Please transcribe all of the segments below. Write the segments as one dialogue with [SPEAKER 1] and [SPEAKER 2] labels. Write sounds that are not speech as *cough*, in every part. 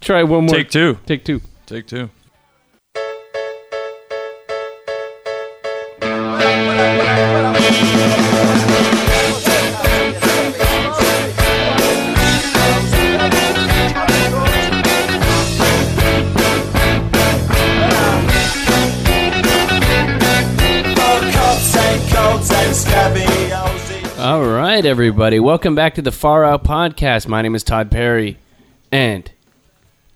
[SPEAKER 1] Try one more.
[SPEAKER 2] Take two.
[SPEAKER 1] Take two.
[SPEAKER 2] Take two.
[SPEAKER 1] All right, everybody. Welcome back to the Far Out Podcast. My name is Todd Perry, and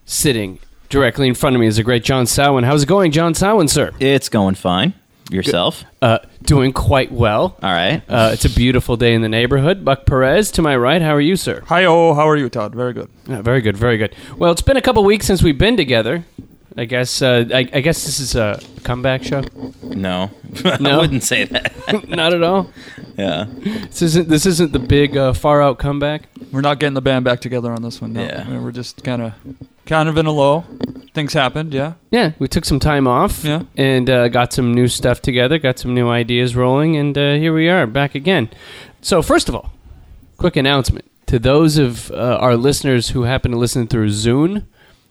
[SPEAKER 1] sitting directly in front of me is the great John Sowen. How's it going, John Sowen, sir?
[SPEAKER 3] It's going fine. Yourself?
[SPEAKER 1] Uh, doing quite well.
[SPEAKER 3] All right.
[SPEAKER 1] Uh, it's a beautiful day in the neighborhood. Buck Perez to my right. How are you, sir?
[SPEAKER 2] Hi, oh, how are you, Todd? Very good.
[SPEAKER 1] Uh, very good, very good. Well, it's been a couple weeks since we've been together. I guess. Uh, I, I guess this is a comeback show.
[SPEAKER 3] no. *laughs*
[SPEAKER 1] No?
[SPEAKER 3] I wouldn't say
[SPEAKER 1] *laughs*
[SPEAKER 3] that. *laughs*
[SPEAKER 1] Not at all.
[SPEAKER 3] yeah.
[SPEAKER 1] This isn't. This isn't the big uh, far out comeback.
[SPEAKER 2] We're not getting the band back together on this one. No.
[SPEAKER 3] Yeah.
[SPEAKER 2] I mean, we're just kind of, kind of in a low. Things happened. Yeah.
[SPEAKER 1] Yeah, we took some time off.
[SPEAKER 2] Yeah.
[SPEAKER 1] and uh, got some new stuff together. Got some new ideas rolling, and uh, here we are back again. So, first of all, quick announcement to those of uh, our listeners who happen to listen through Zune.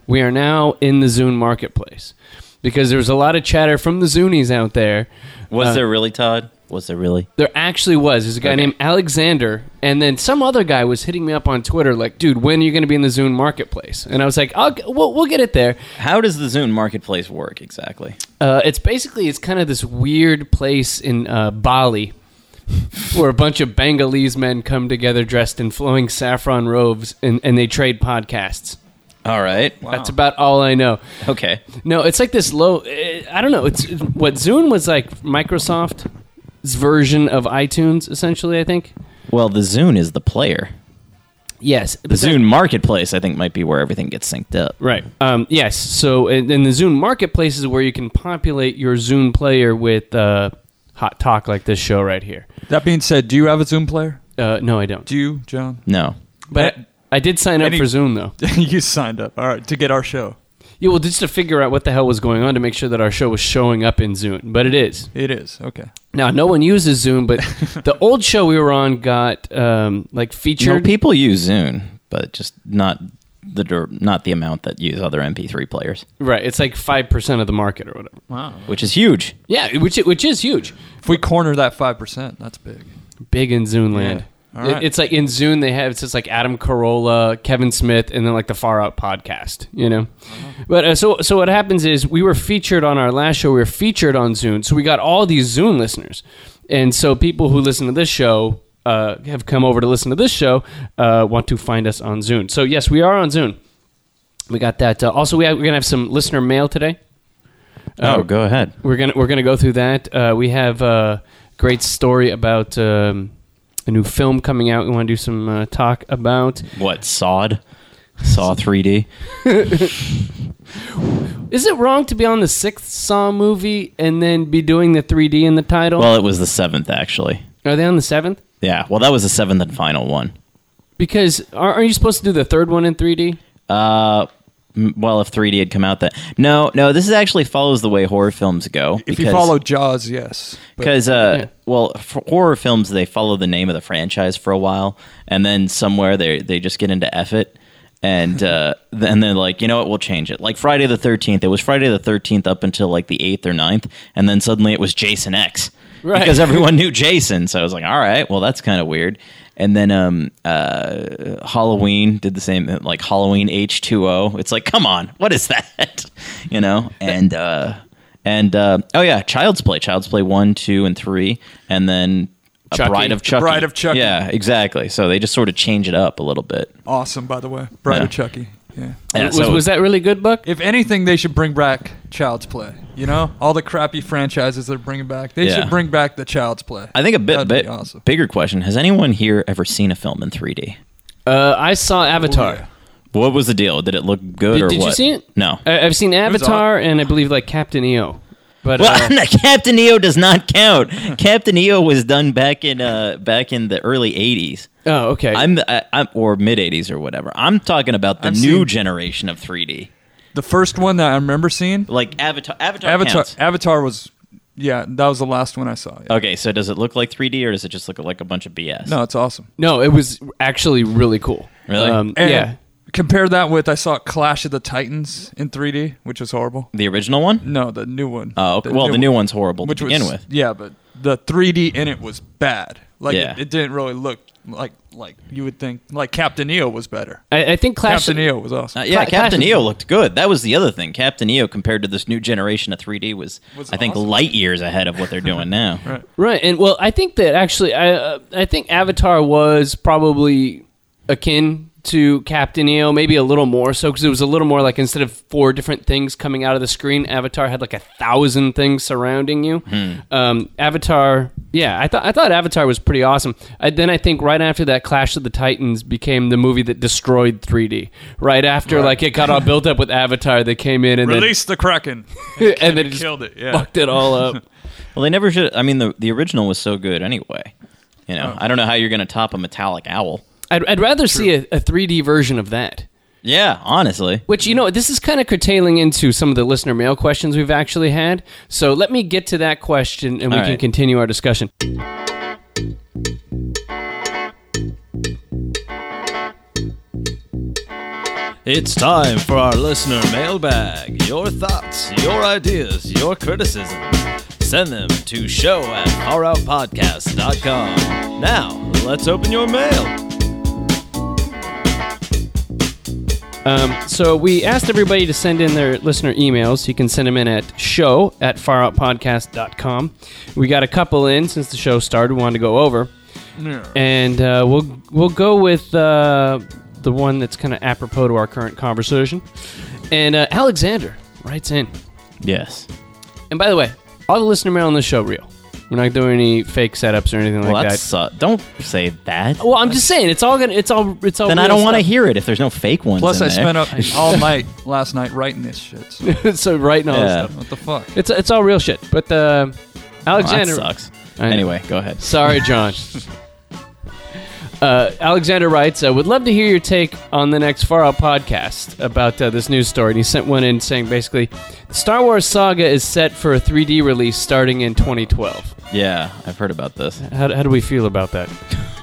[SPEAKER 1] We are now in the Zune marketplace because there's a lot of chatter from the Zunies out there
[SPEAKER 3] Was there really, Todd? Was there really?
[SPEAKER 1] There actually was. There's a guy named Alexander, and then some other guy was hitting me up on Twitter, like, "Dude, when are you going to be in the Zune Marketplace?" And I was like, I'll, "We'll we'll get it there."
[SPEAKER 3] How does the Zune marketplace work exactly?
[SPEAKER 1] Uh, it's basically it's kind of this weird place in uh, Bali where a bunch of Bengalese men come together dressed in flowing saffron robes, and, and they trade podcasts.
[SPEAKER 3] All right.
[SPEAKER 1] That's about all I know.
[SPEAKER 3] Okay.
[SPEAKER 1] No, it's like this low. eh, I don't know. It's what Zune was like Microsoft's version of iTunes, essentially. I think.
[SPEAKER 3] Well, the Zune is the player.
[SPEAKER 1] Yes,
[SPEAKER 3] The Zune marketplace, I think, might be where everything gets synced up.
[SPEAKER 1] Right. Um, yes. So in, in the Zune marketplace is where you can populate your Zune player with uh, hot talk like this show right here.
[SPEAKER 2] That being said, do you have a Zoom player?
[SPEAKER 1] Uh, no, I don't.
[SPEAKER 2] Do you, John?
[SPEAKER 3] No.
[SPEAKER 1] But I did sign up
[SPEAKER 2] Any-
[SPEAKER 1] for Zune though.
[SPEAKER 2] *laughs* you signed up. All right, to get our show.
[SPEAKER 1] Yeah, well, just to figure out what the hell was going on to make sure that our show was showing up in Zune, but it is
[SPEAKER 2] It is okay.
[SPEAKER 1] now. No one uses Zune, *laughs* but the old show we were on got um, like
[SPEAKER 3] No,
[SPEAKER 1] featured.
[SPEAKER 3] people use Zune, but just not the dir- not the amount that use other MP3 players,
[SPEAKER 1] right, it's like five percent of the market or whatever.
[SPEAKER 2] Wow.
[SPEAKER 3] which is huge.
[SPEAKER 1] Yeah, which which is huge.
[SPEAKER 2] If we corner that five percent, that's big.
[SPEAKER 1] big in Zune land.
[SPEAKER 2] All right.
[SPEAKER 1] It- It's like in Zune they have it's just like Adam Carolla, Kevin Smith, and then like the Far Out podcast, you know.
[SPEAKER 2] Uh-huh.
[SPEAKER 1] But uh, so so what happens is we were featured on our last show. We were featured on Zune, so we got all these Zune listeners, and so people who listen to this show uh, have come over to listen to this show uh, want to find us on Zune. So yes, we are on Zune. We got that. Uh, also, we have, we're gonna have some listener mail today.
[SPEAKER 3] oh, go ahead.
[SPEAKER 1] We're gonna we're gonna go through that. Uh, we have a great story about um, a new film coming out. We want to do some uh, talk about.
[SPEAKER 3] What sod? Saw 3D.
[SPEAKER 1] Is it wrong to be on the sixth Saw movie and then be doing the 3D in the title?
[SPEAKER 3] Well, it was the seventh actually.
[SPEAKER 1] Are they on the seventh?
[SPEAKER 3] Yeah. Well, that was the seventh and final one.
[SPEAKER 1] Because are, are you supposed to do the third one in 3D?
[SPEAKER 3] Uh, m- well, if 3D had come out then. No, no, this is actually follows the way horror films go.
[SPEAKER 2] If you follow Jaws, yes. But
[SPEAKER 3] Because, uh,
[SPEAKER 1] Yeah.
[SPEAKER 3] well, for horror films, they follow the name of the franchise for a while, and then somewhere they, they just get into F it. And uh, *laughs* then they're like, you know what, we'll change it. Like Friday the 13th. It was Friday the 13th up until like the 8th or 9th, and then suddenly it was Jason X.
[SPEAKER 1] Right.
[SPEAKER 3] Because everyone knew Jason. So I was like, all right, well, that's kind of weird. And then um, uh, Halloween did the same, like Halloween H2O. It's like, come on, what is that? *laughs* you know? And, uh, and uh, oh, yeah, Child's Play. Child's Play 1, 2, and 3. And then a
[SPEAKER 1] Chucky.
[SPEAKER 3] Bride of Chucky.
[SPEAKER 2] Bride of Chucky.
[SPEAKER 3] Yeah, exactly. So they just sort of change it up a little bit.
[SPEAKER 2] awesome, by the way, Bride
[SPEAKER 3] Yeah.
[SPEAKER 2] of Chucky. Yeah.
[SPEAKER 3] Yeah,
[SPEAKER 1] was,
[SPEAKER 3] so-
[SPEAKER 1] was that really good, Buck?
[SPEAKER 2] If anything, they should bring back Child's Play. You know, all the crappy franchises they're bringing back. They
[SPEAKER 3] Yeah.
[SPEAKER 2] should bring back the Child's Play.
[SPEAKER 3] I think a bit,
[SPEAKER 2] That'd be
[SPEAKER 3] bit
[SPEAKER 2] awesome.
[SPEAKER 3] bigger question. Has anyone here ever seen a film in 3D?
[SPEAKER 1] Uh, I saw Avatar.
[SPEAKER 2] Oh, yeah.
[SPEAKER 3] What was the deal? Did it look good
[SPEAKER 1] Did,
[SPEAKER 3] or
[SPEAKER 1] did
[SPEAKER 3] Oh, what?
[SPEAKER 1] you see it? Uh,
[SPEAKER 3] No.
[SPEAKER 1] I, I've seen
[SPEAKER 2] was
[SPEAKER 1] Avatar and I believe like Captain EO. But uh,
[SPEAKER 3] *laughs* Well, *laughs* Captain EO does not count. Captain EO was done back in uh, back in the early '80s.
[SPEAKER 1] oh, okay.
[SPEAKER 3] I'm, I, I'm or mid '80s or whatever. I'm talking about the
[SPEAKER 2] I've
[SPEAKER 3] new
[SPEAKER 2] seen-
[SPEAKER 3] generation of 3D,
[SPEAKER 2] The first one that I remember seeing,
[SPEAKER 3] like Avatar. Avatar.
[SPEAKER 2] Avatar.
[SPEAKER 3] counts.
[SPEAKER 2] Avatar was, yeah, that was the last one I saw. yeah.
[SPEAKER 3] Okay, so does it look like 3D or does it just look like a bunch of BS?
[SPEAKER 2] No, it's awesome.
[SPEAKER 1] no, it was actually really cool.
[SPEAKER 3] Really?
[SPEAKER 1] Um,
[SPEAKER 2] And
[SPEAKER 1] yeah.
[SPEAKER 2] compare that with I saw Clash of the Titans in 3D, which was horrible.
[SPEAKER 3] The original one?
[SPEAKER 2] No, the new one.
[SPEAKER 3] Oh, okay. well, the new one's horrible to begin
[SPEAKER 2] was,
[SPEAKER 3] with.
[SPEAKER 2] Yeah, but the 3D in it was bad. Like
[SPEAKER 3] Yeah.
[SPEAKER 2] it, it didn't really look like like you would think. Like Captain EO was better.
[SPEAKER 1] I, I think Clash.
[SPEAKER 2] Captain E EO was awesome.
[SPEAKER 3] Uh, yeah,
[SPEAKER 1] Cla- Clash
[SPEAKER 3] Captain
[SPEAKER 1] of-
[SPEAKER 3] EO looked good. That was the other thing. Captain EO compared to this new generation of 3D was,
[SPEAKER 2] Was
[SPEAKER 3] I think,
[SPEAKER 2] awesome.
[SPEAKER 3] light years ahead of what they're
[SPEAKER 2] *laughs*
[SPEAKER 3] doing now.
[SPEAKER 1] Right, and well, I think that actually, I uh, I think Avatar was probably akin to Captain EO, maybe a little more so because it was a little more like instead of four different things coming out of the screen, Avatar had like a thousand things surrounding you. Um, Avatar, yeah, I thought I thought Avatar was pretty awesome. I, then I think right after that, Clash of the Titans became the movie that destroyed 3D. Right after, like it got all built up with Avatar, they came in and
[SPEAKER 2] Release the Kraken.
[SPEAKER 1] then *laughs* and then it just
[SPEAKER 2] Killed it. Yeah.
[SPEAKER 1] fucked it all up.
[SPEAKER 3] Well, they never should. I mean, the, the original was so good anyway. You
[SPEAKER 2] Oh.
[SPEAKER 3] know, I don't know how you're going to top a metallic owl.
[SPEAKER 1] I'd, I'd rather see a, a 3D version of that.
[SPEAKER 3] Yeah, honestly.
[SPEAKER 1] Which you know, this is kind of curtailing into some of the listener mail questions we've actually had. So let me get to that question, and we
[SPEAKER 3] All
[SPEAKER 1] can
[SPEAKER 3] right.
[SPEAKER 1] continue our discussion.
[SPEAKER 4] It's time for our listener mailbag. Your thoughts, your ideas, your criticism. Send them to show at faroutpodcast.com. Now, let's open your mail.
[SPEAKER 1] Um, so we asked everybody to send in their listener emails. You can send them in at show at faroutpodcast.com. We got a couple in since the show started. We wanted to go over, and uh, we'll we'll go with uh, the one that's kind of apropos to our current conversation. And uh, Alexander writes in.
[SPEAKER 3] Yes.
[SPEAKER 1] And by the way, all the listener mail on this show real. We're not doing any fake setups or anything
[SPEAKER 3] Well,
[SPEAKER 1] like
[SPEAKER 3] that's.
[SPEAKER 1] that.
[SPEAKER 3] Uh, don't say that.
[SPEAKER 4] Oh,
[SPEAKER 1] Well, I'm just saying it's all gonna it's all it's all.
[SPEAKER 3] then I
[SPEAKER 1] real
[SPEAKER 3] don't want to
[SPEAKER 1] stuff.
[SPEAKER 3] hear it if there's no fake ones.
[SPEAKER 2] Plus,
[SPEAKER 3] in
[SPEAKER 2] I
[SPEAKER 3] there.
[SPEAKER 2] spent up all night last night writing this shit. So
[SPEAKER 1] *laughs* so right now,
[SPEAKER 3] Yeah.
[SPEAKER 1] stuff.
[SPEAKER 2] what the fuck?
[SPEAKER 1] it's it's all real shit. But uh,
[SPEAKER 3] Well, that
[SPEAKER 1] Alexander,
[SPEAKER 3] sucks.
[SPEAKER 1] I know.
[SPEAKER 3] Anyway, go ahead.
[SPEAKER 1] Sorry,
[SPEAKER 3] *laughs*
[SPEAKER 1] John. Uh, Alexander writes, uh, would love to hear your take on the next Far Out podcast about uh, this news story. And he sent one in saying basically, the Star Wars saga is set for a 3D release starting in 2012.
[SPEAKER 3] Yeah, I've heard about this.
[SPEAKER 1] How, how do we feel about that?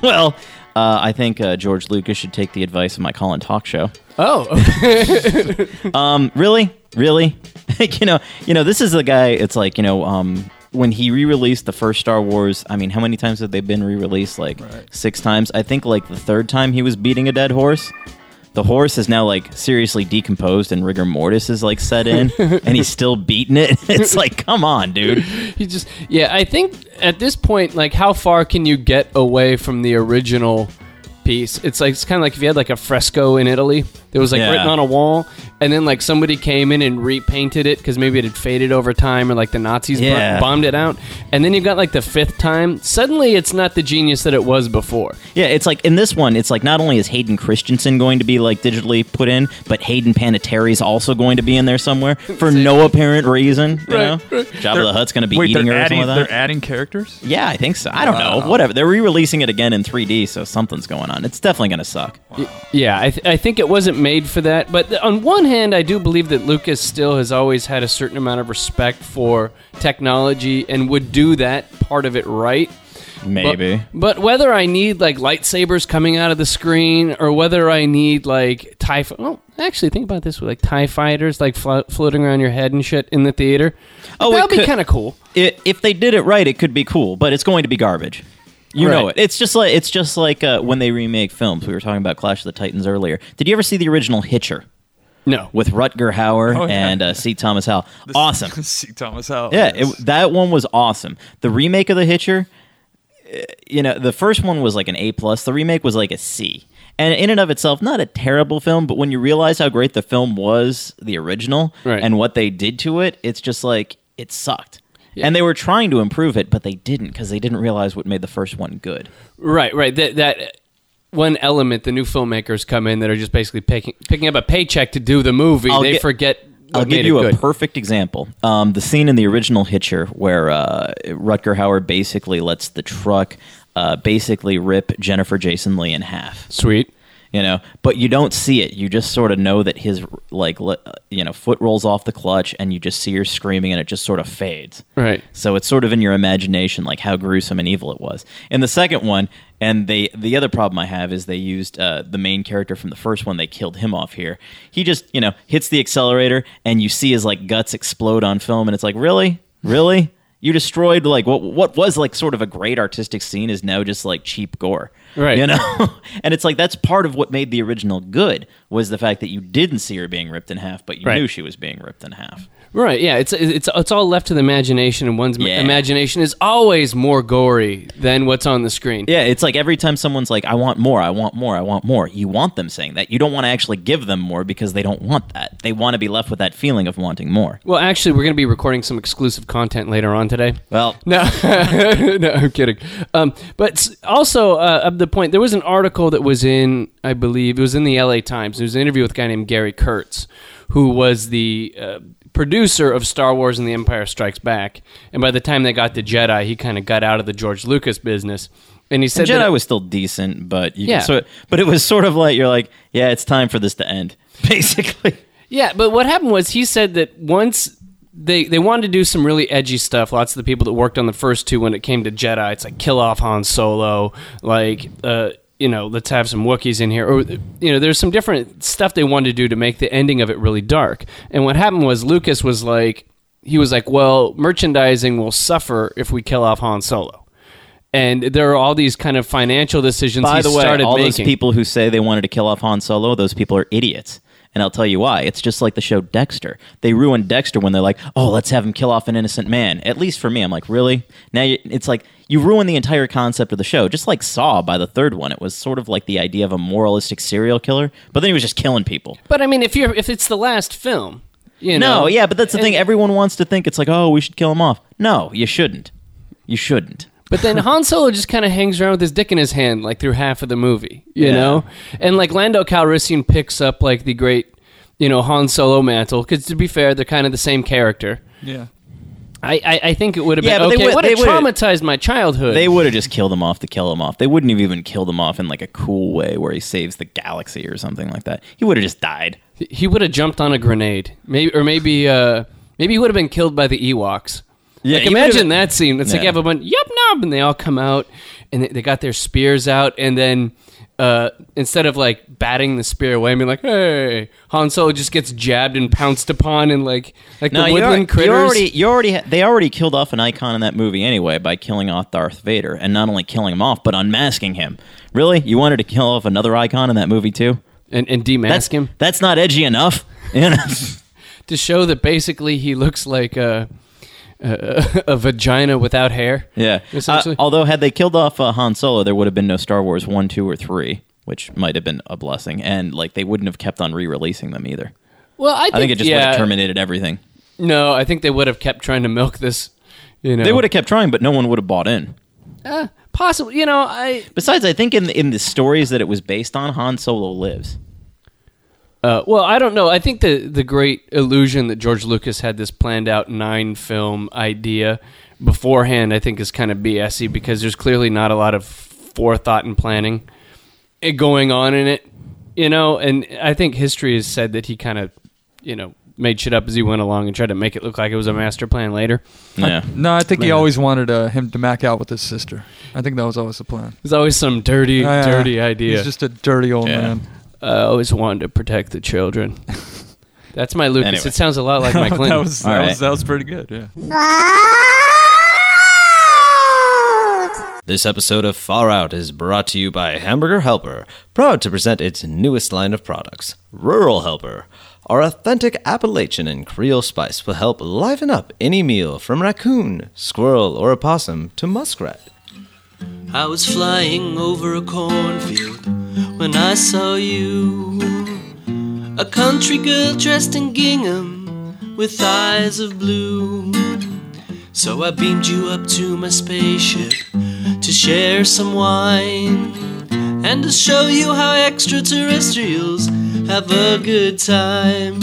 [SPEAKER 3] Well, uh, I think uh, George Lucas should take the advice of my Colin Talk Show.
[SPEAKER 1] Oh, okay.
[SPEAKER 3] Um, really, really, *laughs* you know, you know, this is the guy. It's like you know, um, when he re-released the first Star Wars. I mean, how many times have they been re-released? Like six times. I think like the third time he was beating a dead horse. The horse is now like seriously decomposed, and rigor mortis is like set in, and he's still beating it. *laughs* It's like, come on, dude.
[SPEAKER 1] He just yeah. I think at this point, like, how far can you get away from the original piece? It's like it's kind of like if you had like a fresco in Italy that was like
[SPEAKER 3] Yeah.
[SPEAKER 1] written on a wall, and then like somebody came in and repainted it because maybe it had faded over time, or like the Nazis bu-
[SPEAKER 3] Yeah.
[SPEAKER 1] bombed it out, and then you've got like the fifth time. Suddenly, it's not the genius that it was before.
[SPEAKER 3] Yeah, it's like in this one, it's like not only is Hayden Christensen going to be like digitally put in, but Hayden Panettiere is also going to be in
[SPEAKER 2] *laughs*
[SPEAKER 3] there somewhere for no apparent reason. You know, Jabba the Hutt's going to be
[SPEAKER 2] Wait,
[SPEAKER 3] eating
[SPEAKER 2] they're
[SPEAKER 3] her or
[SPEAKER 2] adding,
[SPEAKER 3] something like
[SPEAKER 2] they're
[SPEAKER 3] that.
[SPEAKER 2] adding characters.
[SPEAKER 3] Yeah, I think so. I don't know. Whatever. They're re-releasing it again in 3D, so something's going on. It's definitely going to suck.
[SPEAKER 1] Yeah, I, th- I think it wasn't made for that. But th- on one hand, I do believe that Lucas still has always had a certain amount of respect for technology and would do that part of it right. But-
[SPEAKER 3] Maybe.
[SPEAKER 1] But, whether I need like lightsabers coming out of the screen or whether I need like TIE fi- well, actually think about this with like TIE fighters like flo- floating around your head and shit in the theater.
[SPEAKER 3] Oh, it
[SPEAKER 1] that would be
[SPEAKER 3] could-
[SPEAKER 1] kind of cool.
[SPEAKER 3] I if they did it right, it could be cool, but it's going to be garbage. You know
[SPEAKER 1] Right.
[SPEAKER 3] it. It's just like it's just like uh, when they remake films. We were talking about Clash of the Titans earlier. Did you ever see the original Hitcher
[SPEAKER 1] No.
[SPEAKER 3] with Rutger Hauer
[SPEAKER 2] Oh, yeah.
[SPEAKER 3] and uh, C. Thomas
[SPEAKER 2] *laughs*
[SPEAKER 3] Howell? Awesome.
[SPEAKER 2] See Thomas Howell.
[SPEAKER 3] Yeah,
[SPEAKER 2] yes.
[SPEAKER 3] it, that one was awesome. The remake of The Hitcher, eh, you know, the first one was like an A plus. The remake was like a C. And in and of itself, not a terrible film, but when you realize how great the film was, the original,
[SPEAKER 1] Right.
[SPEAKER 3] and what they did to it, it's just like it sucked. And they were trying to improve it, but they didn't because they didn't realize what made the first one good.
[SPEAKER 1] Right, right. That that one element the new filmmakers come in that are just basically picking picking up a paycheck to do the movie.
[SPEAKER 3] I'll
[SPEAKER 1] they
[SPEAKER 3] get-
[SPEAKER 1] forget. What
[SPEAKER 3] I'll
[SPEAKER 1] made
[SPEAKER 3] give
[SPEAKER 1] it
[SPEAKER 3] you a
[SPEAKER 1] good.
[SPEAKER 3] perfect example. Um, the scene in the original Hitcher where uh, Rutger Hauer basically lets the truck uh, basically rip Jennifer Jason Lee in half.
[SPEAKER 1] Sweet.
[SPEAKER 3] you know but you don't see it you just sort of know that his like le- uh, you know foot rolls off the clutch and you just see her screaming and it just sort of fades
[SPEAKER 1] Right.
[SPEAKER 3] so it's sort of in your imagination like how gruesome and evil it was and the second one and they the other problem i have is they used uh, the main character from the first one they killed him off here he just you know hits the accelerator and you see his like guts explode on film and it's like really really you destroyed like what what was like sort of a great artistic scene is now just like cheap gore
[SPEAKER 1] Right.
[SPEAKER 3] you know know? *laughs* and it's like that's part of what made the original good was the fact that you didn't see her being ripped in half, but you
[SPEAKER 1] Right.
[SPEAKER 3] knew she was being ripped in half.
[SPEAKER 1] Right, yeah, it's it's it's all left to the imagination, and one's
[SPEAKER 3] Yeah.
[SPEAKER 1] imagination is always more gory than what's on the screen.
[SPEAKER 3] Yeah, it's like every time someone's like, "I want more, I want more, I want more," you want them saying that. You don't want to actually give them more because they don't want that. They want to be left with that feeling of wanting more.
[SPEAKER 1] Well, actually, we're going to be recording some exclusive content later on today.
[SPEAKER 3] Well,
[SPEAKER 1] No, *laughs* no, I'm kidding. Um, but s- also, uh, of the point, there was an article that was in, I believe, it was in the LA Times. It was an interview with a guy named Gary Kurtz, who was the uh, producer of Star Wars and The Empire Strikes Back. And by the time they got to Jedi, he kind of got out of the George Lucas business. And he said, that-
[SPEAKER 3] Jedi was still decent, but you
[SPEAKER 1] Yeah.
[SPEAKER 3] yeah. so but it was sort of like you're like, "Yeah, it's time for this to end." *laughs* Basically.
[SPEAKER 1] Yeah, but what happened was he said that once they they wanted to do some really edgy stuff. Lots of the people that worked on the first two when it came to Jedi, it's like kill off Han Solo, like uh, you know, let's have some Wookiees in here, or you know, there's some different stuff they wanted to do to make the ending of it really dark. And what happened was Lucas was like, he was like, well, merchandising will suffer if we kill off Han Solo. And there are all these kind of financial decisions
[SPEAKER 3] By
[SPEAKER 1] he
[SPEAKER 3] the way,
[SPEAKER 1] started
[SPEAKER 3] all
[SPEAKER 1] making.
[SPEAKER 3] those people who say they wanted to kill off Han Solo, those people are idiots. And I'll tell you why. It's just like the show Dexter. They ruined Dexter when they're like, "Oh, let's have him kill off an innocent man." At least for me, I'm like, "Really?" Now you, it's like you ruin the entire concept of the show. Just like Saw by the third one, it was sort of like the idea of a moralistic serial killer, but then he was just killing people.
[SPEAKER 1] but I mean, if you're if it's the last film, you know,
[SPEAKER 3] No, yeah, but that's the thing. Everyone wants to think it's like, "Oh, we should kill him off." No, you shouldn't. You shouldn't.
[SPEAKER 1] But then Han Solo just kind of hangs around with his dick in his hand like through half of the movie, you
[SPEAKER 3] Yeah.
[SPEAKER 1] know. And like Lando Calrissian picks up like the great, you know, Han Solo mantle because to be fair, they're kind of the same character.
[SPEAKER 2] Yeah.
[SPEAKER 1] I I, I think it would have
[SPEAKER 3] Yeah,
[SPEAKER 1] been
[SPEAKER 3] but they
[SPEAKER 1] okay.
[SPEAKER 3] would-
[SPEAKER 1] Would have
[SPEAKER 3] they would've-
[SPEAKER 1] traumatized my childhood.
[SPEAKER 3] They would have just killed him off to kill him off. They wouldn't have even killed him off in like a cool way where he saves the galaxy or something like that. He would have just died.
[SPEAKER 1] he would have jumped on a grenade, maybe or maybe uh maybe he would have been killed by the Ewoks.
[SPEAKER 3] Yeah,
[SPEAKER 1] like,
[SPEAKER 3] he would've-
[SPEAKER 1] imagine that scene. It's like
[SPEAKER 3] Yeah.
[SPEAKER 1] you have a bunch, yup, knob, and they all come out and they, they got their spears out, and then uh, instead of like batting the spear away and being like, hey, Han Solo just gets jabbed and pounced upon, and like like the
[SPEAKER 3] you,
[SPEAKER 1] woodland critters.
[SPEAKER 3] already, you already, ha- they already killed off an icon in that movie anyway by killing off Darth Vader, and not only killing him off but unmasking him. Really, you wanted to kill off another icon in that movie too?
[SPEAKER 1] and, and demask
[SPEAKER 3] That's
[SPEAKER 1] him
[SPEAKER 3] That's not edgy enough. *laughs* You know?
[SPEAKER 1] to show that basically he looks like a, a, *laughs* a vagina without hair.
[SPEAKER 3] Yeah. Uh,
[SPEAKER 1] Essentially.
[SPEAKER 3] although, had they killed off uh, Han Solo, there would have been no Star Wars 1, 2, or 3, which might have been a blessing. And, like, they wouldn't have kept on re releasing them either.
[SPEAKER 1] Well, I think,
[SPEAKER 3] I think it just would
[SPEAKER 1] yeah,
[SPEAKER 3] have terminated everything.
[SPEAKER 1] No, I think they would have kept trying to milk this. You know,
[SPEAKER 3] They would have kept trying, but no one would have bought in.
[SPEAKER 1] possibly. You know, I
[SPEAKER 3] Besides, I think in in the stories that it was based on, Han Solo lives.
[SPEAKER 1] uh, well, I don't know. I think the the great illusion that George Lucas had this planned out nine film idea beforehand, I think, is kind of BSy because there's clearly not a lot of forethought and planning eh, going on in it. You know, and I think history has said that he kind of, you know, made shit up as he went along and tried to make it look like it was a master plan later.
[SPEAKER 3] Yeah.
[SPEAKER 2] No, I think he always wanted uh, him to mac out with his sister. I think that was always the plan.
[SPEAKER 1] There's always some dirty,
[SPEAKER 2] Yeah,
[SPEAKER 1] dirty idea.
[SPEAKER 2] He's just a dirty old
[SPEAKER 3] Yeah.
[SPEAKER 2] man.
[SPEAKER 1] I always wanted to protect the children.
[SPEAKER 3] *laughs*
[SPEAKER 1] That's my Lucas.
[SPEAKER 3] Anyway.
[SPEAKER 1] It sounds a lot like
[SPEAKER 3] *laughs*
[SPEAKER 1] my Clinton.
[SPEAKER 2] *laughs* that was
[SPEAKER 3] All
[SPEAKER 2] that,
[SPEAKER 3] right.
[SPEAKER 2] was that was pretty good. Yeah.
[SPEAKER 4] This episode of Far Out is brought to you by Hamburger Helper, proud to present its newest line of products, Rural Helper. Our authentic Appalachian and Creole spice will help liven up any meal from raccoon, squirrel, or opossum to muskrat.
[SPEAKER 5] I was flying over a cornfield when I saw you. A country girl dressed in gingham with eyes of blue. So I beamed you up to my spaceship to share some wine and to show you how extraterrestrials have a good time.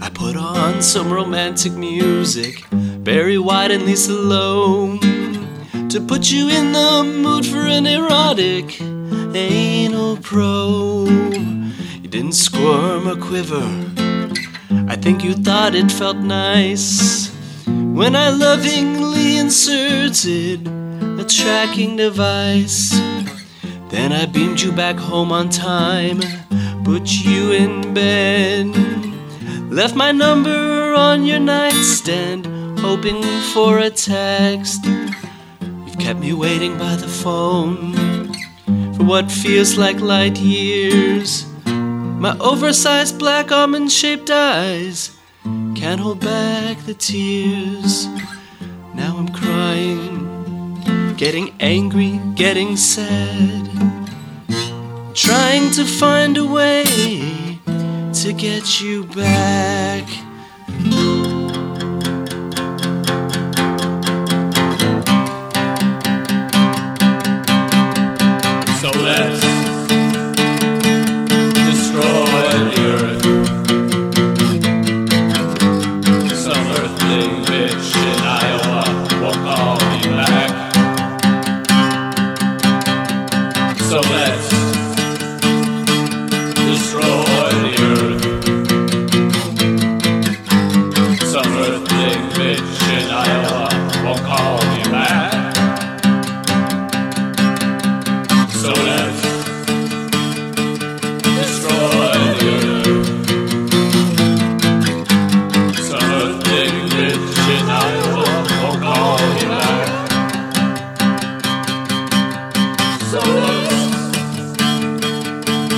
[SPEAKER 5] I put on some romantic music, Barry White and Lisa Loam to put you in the mood for an erotic anal probe. You didn't squirm or quiver. I think you thought it felt nice when I lovingly inserted a tracking device. Then I beamed you back home on time, put you in bed. Left my number on your nightstand, hoping for a text. You've kept me waiting by the phone for what feels like light years. My oversized black almond shaped eyes can't hold back the tears. Now I'm crying, getting angry, getting sad, trying to find a way to get you back.
[SPEAKER 6] So let's destroy the earth. Some earthling bitch in Iowa won't call me back. So let's destroy the earth. Some earthling bitch in Iowa won't call me back. So let's destroy the earth. Some earthling bitch in Iowa won't call me back. So let's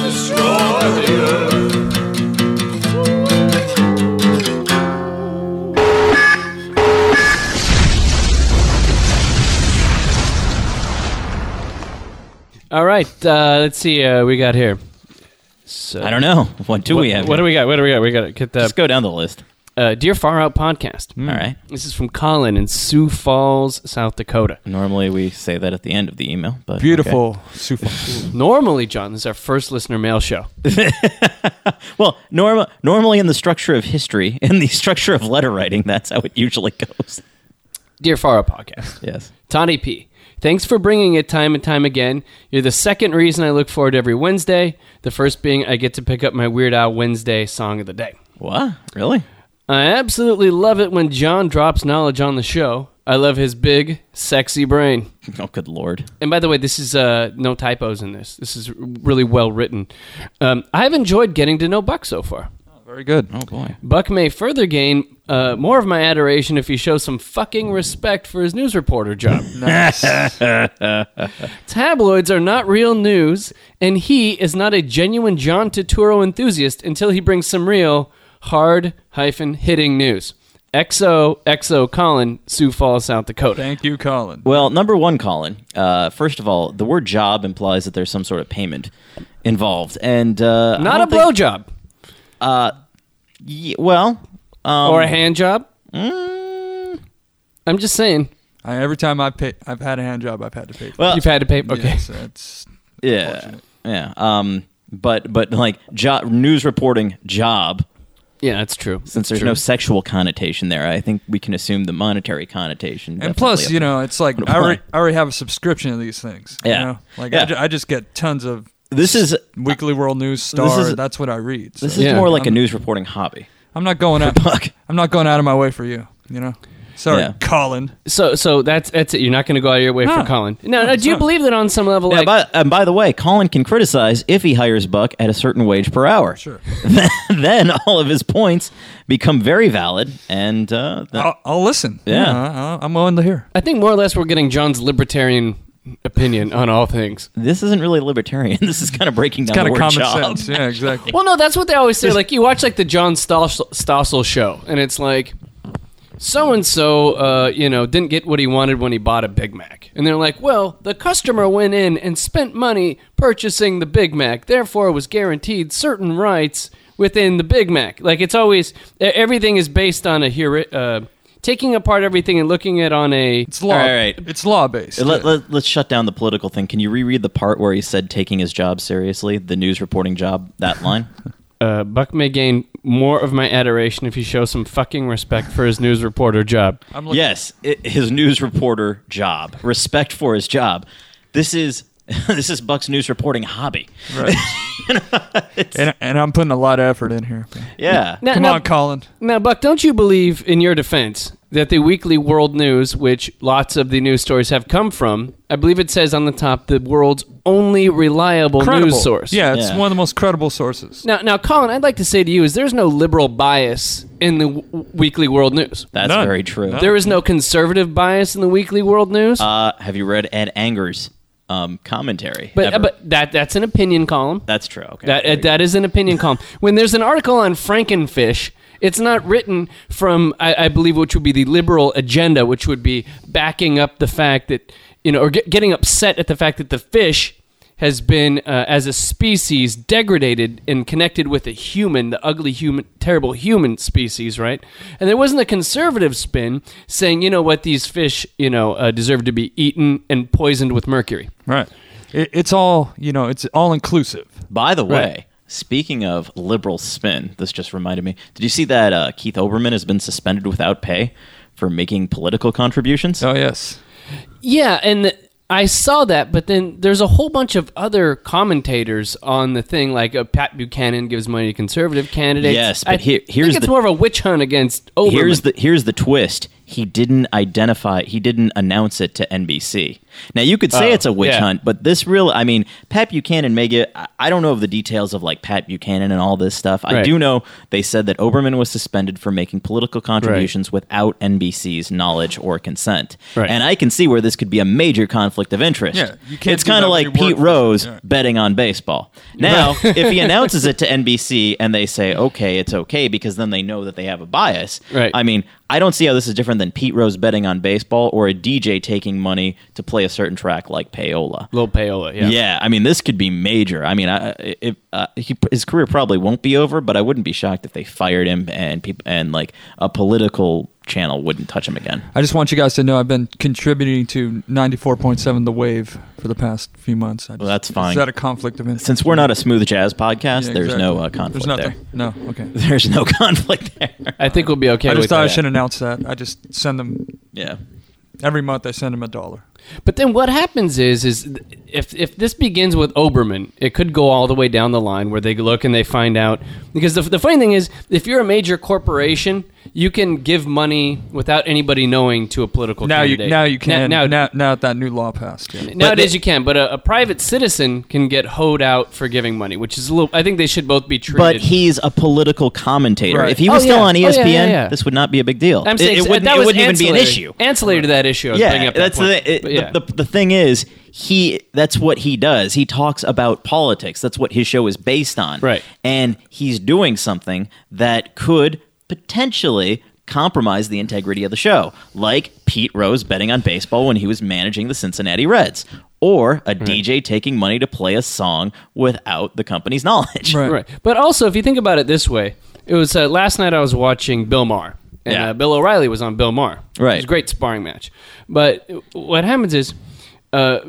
[SPEAKER 6] destroy the earth.
[SPEAKER 1] All right, uh, let's see. Uh, we got here. So
[SPEAKER 3] I don't know. What do
[SPEAKER 1] what,
[SPEAKER 3] we have?
[SPEAKER 1] What do
[SPEAKER 3] here?
[SPEAKER 1] we got? What do we got? We got to get
[SPEAKER 3] Let's
[SPEAKER 1] the
[SPEAKER 3] go Hmm? down the list.
[SPEAKER 1] uh, Dear Far Out podcast.
[SPEAKER 3] All right.
[SPEAKER 1] This is from Colin in Sioux Falls, South Dakota.
[SPEAKER 3] Normally we say that at the end of the email, but okay.
[SPEAKER 2] Beautiful. Sioux Falls.
[SPEAKER 1] Normally, John, this is our first listener mail show.
[SPEAKER 3] Well, norm- normally in the structure of history, *laughs* in the structure of letter writing, that's how it usually goes.
[SPEAKER 1] Dear Far Out podcast.
[SPEAKER 3] Yes.
[SPEAKER 1] Tony P. Thanks for bringing it time and time again. You're the second reason I look forward to every Wednesday. The first being I get to pick up my Weird Al Wednesday song of the day.
[SPEAKER 3] What? Really?
[SPEAKER 1] I absolutely love it when John drops knowledge on the show. I love his big, sexy brain.
[SPEAKER 3] Oh, good lord.
[SPEAKER 1] And by the way, this is uh, no typos in this. This is really well written. Um, I've enjoyed getting to know Buck so far.
[SPEAKER 2] Very good. *laughs*
[SPEAKER 3] Oh boy.
[SPEAKER 1] Buck may further gain uh, more of my adoration if he shows some fucking respect for his news reporter job.
[SPEAKER 3] *laughs*
[SPEAKER 1] Tabloids are not real news, and he is not a genuine John Turturro enthusiast until he brings some real hard hyphen hitting news. XO XO Colin, Sioux Falls, South Dakota.
[SPEAKER 2] Thank you, Colin.
[SPEAKER 3] Well, number one, Colin. Uh, first of all, the word job implies that there's some sort of payment involved, and uh, I
[SPEAKER 1] Not a
[SPEAKER 3] don't think-
[SPEAKER 1] blowjob
[SPEAKER 3] y- well, um, mm.
[SPEAKER 1] or a hand job. I'm just saying.
[SPEAKER 2] I, every time I pay, I've had a hand job, I've had to pay. For
[SPEAKER 3] well,
[SPEAKER 1] You've had to pay.
[SPEAKER 2] it.
[SPEAKER 1] Okay.
[SPEAKER 2] Yes, that's
[SPEAKER 3] yeah, yeah. Um, but but like job news reporting job.
[SPEAKER 1] Yeah, that's true.
[SPEAKER 3] Since there's no sexual connotation there, I think we can assume the monetary connotation.
[SPEAKER 2] And plus, you know, it's like
[SPEAKER 3] What a
[SPEAKER 2] I already,
[SPEAKER 3] point.
[SPEAKER 2] I already have a subscription to these things. you
[SPEAKER 3] Yeah.
[SPEAKER 2] know? Like
[SPEAKER 3] Yeah.
[SPEAKER 2] I, ju- I just get tons of
[SPEAKER 3] this is
[SPEAKER 2] Weekly World News Star.
[SPEAKER 3] is-
[SPEAKER 2] that's what I read. So
[SPEAKER 3] this is
[SPEAKER 1] Yeah.
[SPEAKER 3] more like a
[SPEAKER 2] I'm-
[SPEAKER 3] news reporting hobby.
[SPEAKER 2] I'm not going out.
[SPEAKER 3] Buck.
[SPEAKER 2] I'm not going out of my way for you. You know. Sorry,
[SPEAKER 3] Yeah.
[SPEAKER 2] Colin.
[SPEAKER 1] So so that's that's it. You're not going to go out of your way
[SPEAKER 3] Ah.
[SPEAKER 2] No.
[SPEAKER 1] for Colin. Now, now, do you
[SPEAKER 2] not.
[SPEAKER 1] believe that on some level,
[SPEAKER 3] Yeah,
[SPEAKER 1] like,
[SPEAKER 3] by, and by the way, Colin can criticize if he hires Buck at a certain wage per hour.
[SPEAKER 2] Sure.
[SPEAKER 3] *laughs* then all of his points become very valid, and uh, that-
[SPEAKER 2] I'll, I'll listen.
[SPEAKER 3] Yeah.
[SPEAKER 2] I- I- I'm willing to hear.
[SPEAKER 1] I think more or less we're getting John's libertarian opinion on all things.
[SPEAKER 3] this isn't really libertarian. *laughs* This is kind of breaking down
[SPEAKER 2] Kind
[SPEAKER 3] the
[SPEAKER 2] of
[SPEAKER 3] word
[SPEAKER 2] common
[SPEAKER 3] job.
[SPEAKER 2] sense. Yeah,
[SPEAKER 3] *laughs*
[SPEAKER 2] exactly.
[SPEAKER 1] Well, no, that's what they always say. Like you watch like the John Stossel, Stossel show, and it's like so and so, you know, didn't get what he wanted when he bought a Big Mac, and they're like, well, the customer went in and spent money purchasing the Big Mac, therefore was guaranteed certain rights within the Big Mac. Like it's always e- everything is based on a hero. Uh, Taking apart everything and looking at on a
[SPEAKER 2] It's law.
[SPEAKER 3] All right.
[SPEAKER 2] It's law based.
[SPEAKER 3] Let, let, us shut down the political thing. Can you reread the part where he said taking his job seriously, the news reporting job, that line?
[SPEAKER 1] uh, Buck may gain more of my adoration if he shows some fucking respect for his news reporter job.
[SPEAKER 2] *laughs* I'm looking,
[SPEAKER 3] yes, i his news reporter job, respect for his job. This is *laughs* this is Buck's news reporting hobby.
[SPEAKER 2] Right. and, and I'm putting a lot of effort in here.
[SPEAKER 3] Yeah.
[SPEAKER 1] Now,
[SPEAKER 2] Come
[SPEAKER 1] now-
[SPEAKER 2] on, Colin.
[SPEAKER 1] Now, Buck, don't you believe, in your defense, that the weekly world news, which lots of the news stories have come from, I believe it says on the top, the world's only reliable
[SPEAKER 2] Credible.
[SPEAKER 1] news source.
[SPEAKER 2] Yeah, it's
[SPEAKER 3] Yeah.
[SPEAKER 2] one of the most credible sources.
[SPEAKER 1] Now, now, Colin, I'd like to say to you is there's no liberal bias in the w- weekly world news.
[SPEAKER 3] That's
[SPEAKER 2] None.
[SPEAKER 3] very true.
[SPEAKER 1] There is no conservative bias in the weekly world news.
[SPEAKER 3] Uh, have you read Ed Anger's um, commentary?
[SPEAKER 1] but
[SPEAKER 3] ever?
[SPEAKER 1] but that that's an opinion column.
[SPEAKER 3] that's true. Okay.
[SPEAKER 1] That
[SPEAKER 3] There
[SPEAKER 1] uh,
[SPEAKER 3] you
[SPEAKER 1] that is an opinion
[SPEAKER 3] *laughs*
[SPEAKER 1] column. When there's an article on Frankenfish, it's not written from I, I believe which would be the liberal agenda, which would be backing up the fact that you know or get, getting upset at the fact that the fish has been uh, as a species degraded and connected with a human, the ugly human, terrible human species, right? And there wasn't a conservative spin saying, you know what, these fish, you know, uh, deserve to be eaten and poisoned with mercury.
[SPEAKER 2] Right. It, it's all you know. It's all inclusive.
[SPEAKER 3] By the way,
[SPEAKER 1] Right.
[SPEAKER 3] speaking of liberal spin, this just reminded me. Did you see that uh, Keith Oberman has been suspended without pay for making political contributions?
[SPEAKER 2] Oh yes.
[SPEAKER 1] Yeah, and I saw that, but then there's a whole bunch of other commentators on the thing, like uh, Pat Buchanan gives money to conservative candidates.
[SPEAKER 3] Yes, but
[SPEAKER 1] I
[SPEAKER 3] here-
[SPEAKER 1] think
[SPEAKER 3] here's
[SPEAKER 1] it's
[SPEAKER 3] the-
[SPEAKER 1] more of a witch hunt against Oberman.
[SPEAKER 3] Here's the here's the twist. He didn't identify. He didn't announce it to NBC. Now you could say
[SPEAKER 1] Oh,
[SPEAKER 3] it's a witch
[SPEAKER 1] yeah.
[SPEAKER 3] hunt, but this real. I mean, Pat Buchanan may get. I- I don't know of the details of like Pat Buchanan and all this stuff. I
[SPEAKER 1] Right.
[SPEAKER 3] do know they said that Oberman was suspended for making political contributions without NBC's knowledge or consent.
[SPEAKER 1] Right.
[SPEAKER 3] And I can see where this could be a major conflict of interest.
[SPEAKER 2] Yeah, you can't
[SPEAKER 3] it's
[SPEAKER 2] do
[SPEAKER 3] kind
[SPEAKER 2] that
[SPEAKER 3] of
[SPEAKER 2] when
[SPEAKER 3] like
[SPEAKER 2] you work
[SPEAKER 3] Pete
[SPEAKER 2] for-
[SPEAKER 3] Rose
[SPEAKER 2] yeah.
[SPEAKER 3] betting on baseball. Now, if he announces it to NBC and they say, okay, it's okay, because then they know that they have a bias.
[SPEAKER 1] Right.
[SPEAKER 3] I mean, I don't see how this is different than Pete Rose betting on baseball or a DJ taking money to play a certain track like Payola.
[SPEAKER 1] Lil Paola. Yeah.
[SPEAKER 3] Yeah. I mean, this could be major. I mean, I, if, uh, he, his career probably won't be over, but I wouldn't be shocked if they fired him and peop- and like a political channel wouldn't touch him again.
[SPEAKER 2] I just want you guys to know I've been contributing to 94.7 The Wave for the past few months. I just,
[SPEAKER 3] Well, that's fine.
[SPEAKER 2] Is that a conflict of interest?
[SPEAKER 3] Since we're not a smooth jazz podcast,
[SPEAKER 2] Yeah,
[SPEAKER 3] there's no uh,
[SPEAKER 2] exactly.
[SPEAKER 3] conflict
[SPEAKER 2] There's
[SPEAKER 3] there. *laughs*
[SPEAKER 2] nothing. No. Okay.
[SPEAKER 3] There's no conflict there.
[SPEAKER 1] I think we'll be okay
[SPEAKER 2] I
[SPEAKER 1] with
[SPEAKER 2] just thought I
[SPEAKER 1] that.
[SPEAKER 2] should announce that. I just send them
[SPEAKER 3] Yeah.
[SPEAKER 2] every month. I send them a dollar.
[SPEAKER 1] But then what happens is is th- if if this begins with Oberman, it could go all the way down the line where they look and they find out because the the funny thing is if you're a major corporation, you can give money without anybody knowing to a political
[SPEAKER 2] Now you
[SPEAKER 1] candidate.
[SPEAKER 2] now you can
[SPEAKER 1] Now,
[SPEAKER 2] now
[SPEAKER 1] now,
[SPEAKER 2] now, that that new law passed. Yeah.
[SPEAKER 1] nowadays you can, but a, a private citizen can get hoed out for giving money, which is a little. I think they should both be
[SPEAKER 3] But
[SPEAKER 1] treated.
[SPEAKER 3] he's a political commentator.
[SPEAKER 2] Right.
[SPEAKER 3] If he was
[SPEAKER 1] Oh,
[SPEAKER 3] still
[SPEAKER 1] yeah.
[SPEAKER 3] on E
[SPEAKER 1] Oh, yeah,
[SPEAKER 3] ESPN,
[SPEAKER 1] yeah, yeah.
[SPEAKER 3] this would not be a big deal.
[SPEAKER 1] I'm
[SPEAKER 3] It-
[SPEAKER 1] saying
[SPEAKER 3] it,
[SPEAKER 1] so
[SPEAKER 3] wouldn't,
[SPEAKER 1] that
[SPEAKER 3] it
[SPEAKER 1] was
[SPEAKER 3] wouldn't even be an
[SPEAKER 1] ancillary-
[SPEAKER 3] issue.
[SPEAKER 1] Ancillary to that issue, I was bringing up that
[SPEAKER 3] that's
[SPEAKER 1] point.
[SPEAKER 3] the, thing. It-
[SPEAKER 1] But yeah.
[SPEAKER 3] the, the the thing is he that's what he does. He talks about politics. That's what his show is based on.
[SPEAKER 1] Right.
[SPEAKER 3] And he's doing something that could potentially compromise the integrity of the show, like Pete Rose betting on baseball when he was managing the Cincinnati Reds, or a DJ taking money to play a song without the company's knowledge.
[SPEAKER 2] Right.
[SPEAKER 1] Right. But also, if you think about it this way, it was uh, last night I was watching Bill Maher. And
[SPEAKER 3] Yeah.
[SPEAKER 1] uh, Bill O'Reilly was on Bill Maher. It was
[SPEAKER 3] Right.
[SPEAKER 1] a great sparring match. But what happens is uh,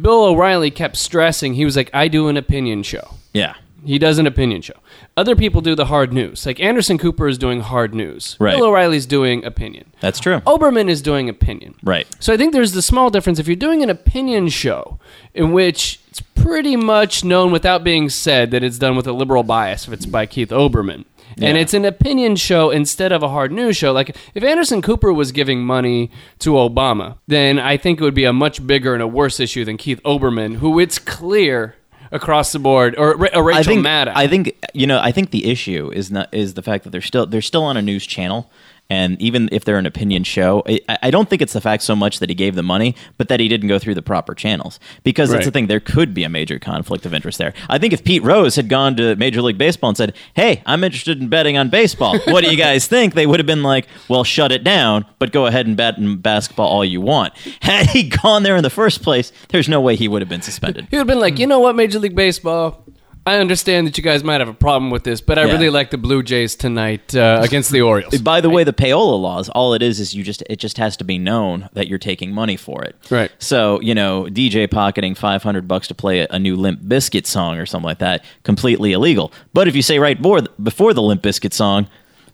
[SPEAKER 1] Bill O'Reilly kept stressing, he was like, I do an opinion show.
[SPEAKER 3] Yeah.
[SPEAKER 1] He does an opinion show. Other people do the hard news. Like Anderson Cooper is doing hard news.
[SPEAKER 3] Right.
[SPEAKER 1] Bill O'Reilly's doing opinion.
[SPEAKER 3] That's true.
[SPEAKER 1] Oberman is doing opinion.
[SPEAKER 3] Right.
[SPEAKER 1] So I think there's the small difference. If you're doing an opinion show in which it's pretty much known without being said that it's done with a liberal bias, if it's by Keith Oberman, and
[SPEAKER 3] Yeah.
[SPEAKER 1] it's an opinion show instead of a hard news show, like if Anderson Cooper was giving money to Obama, then I think it would be a much bigger and a worse issue than Keith Oberman, who it's clear across the board, or, Ra- or Rachel
[SPEAKER 3] I think,
[SPEAKER 1] Maddow.
[SPEAKER 3] I think you know. I think the issue is not is the fact that they're still they're still on a news channel, and even if they're an opinion show, I, I don't think it's the fact so much that he gave the money, but that he didn't go through the proper channels. Because that's the
[SPEAKER 1] Right.
[SPEAKER 3] thing. There could be a major conflict of interest there. I think if Pete Rose had gone to Major League Baseball and said, "Hey, I'm interested in betting on baseball.
[SPEAKER 1] *laughs*
[SPEAKER 3] What do you guys think?" They would have been like, "Well, shut it down, but go ahead and bet in basketball all you want." Had he gone there in the first place, there's no way he would have been suspended.
[SPEAKER 1] He would have been
[SPEAKER 3] Hmm.
[SPEAKER 1] like, you know what, Major League Baseball. I understand that you guys might have a problem with this, but I
[SPEAKER 3] Yeah.
[SPEAKER 1] really like the Blue Jays tonight uh, against the Orioles.
[SPEAKER 3] By the way, the payola laws, all it is is you just it just has to be known that you're taking money for it.
[SPEAKER 1] Right.
[SPEAKER 3] So, you know, DJ pocketing 500 bucks to play a, a new Limp Biscuit song or something like that, completely illegal. But if you say right before, before the Limp Biscuit song,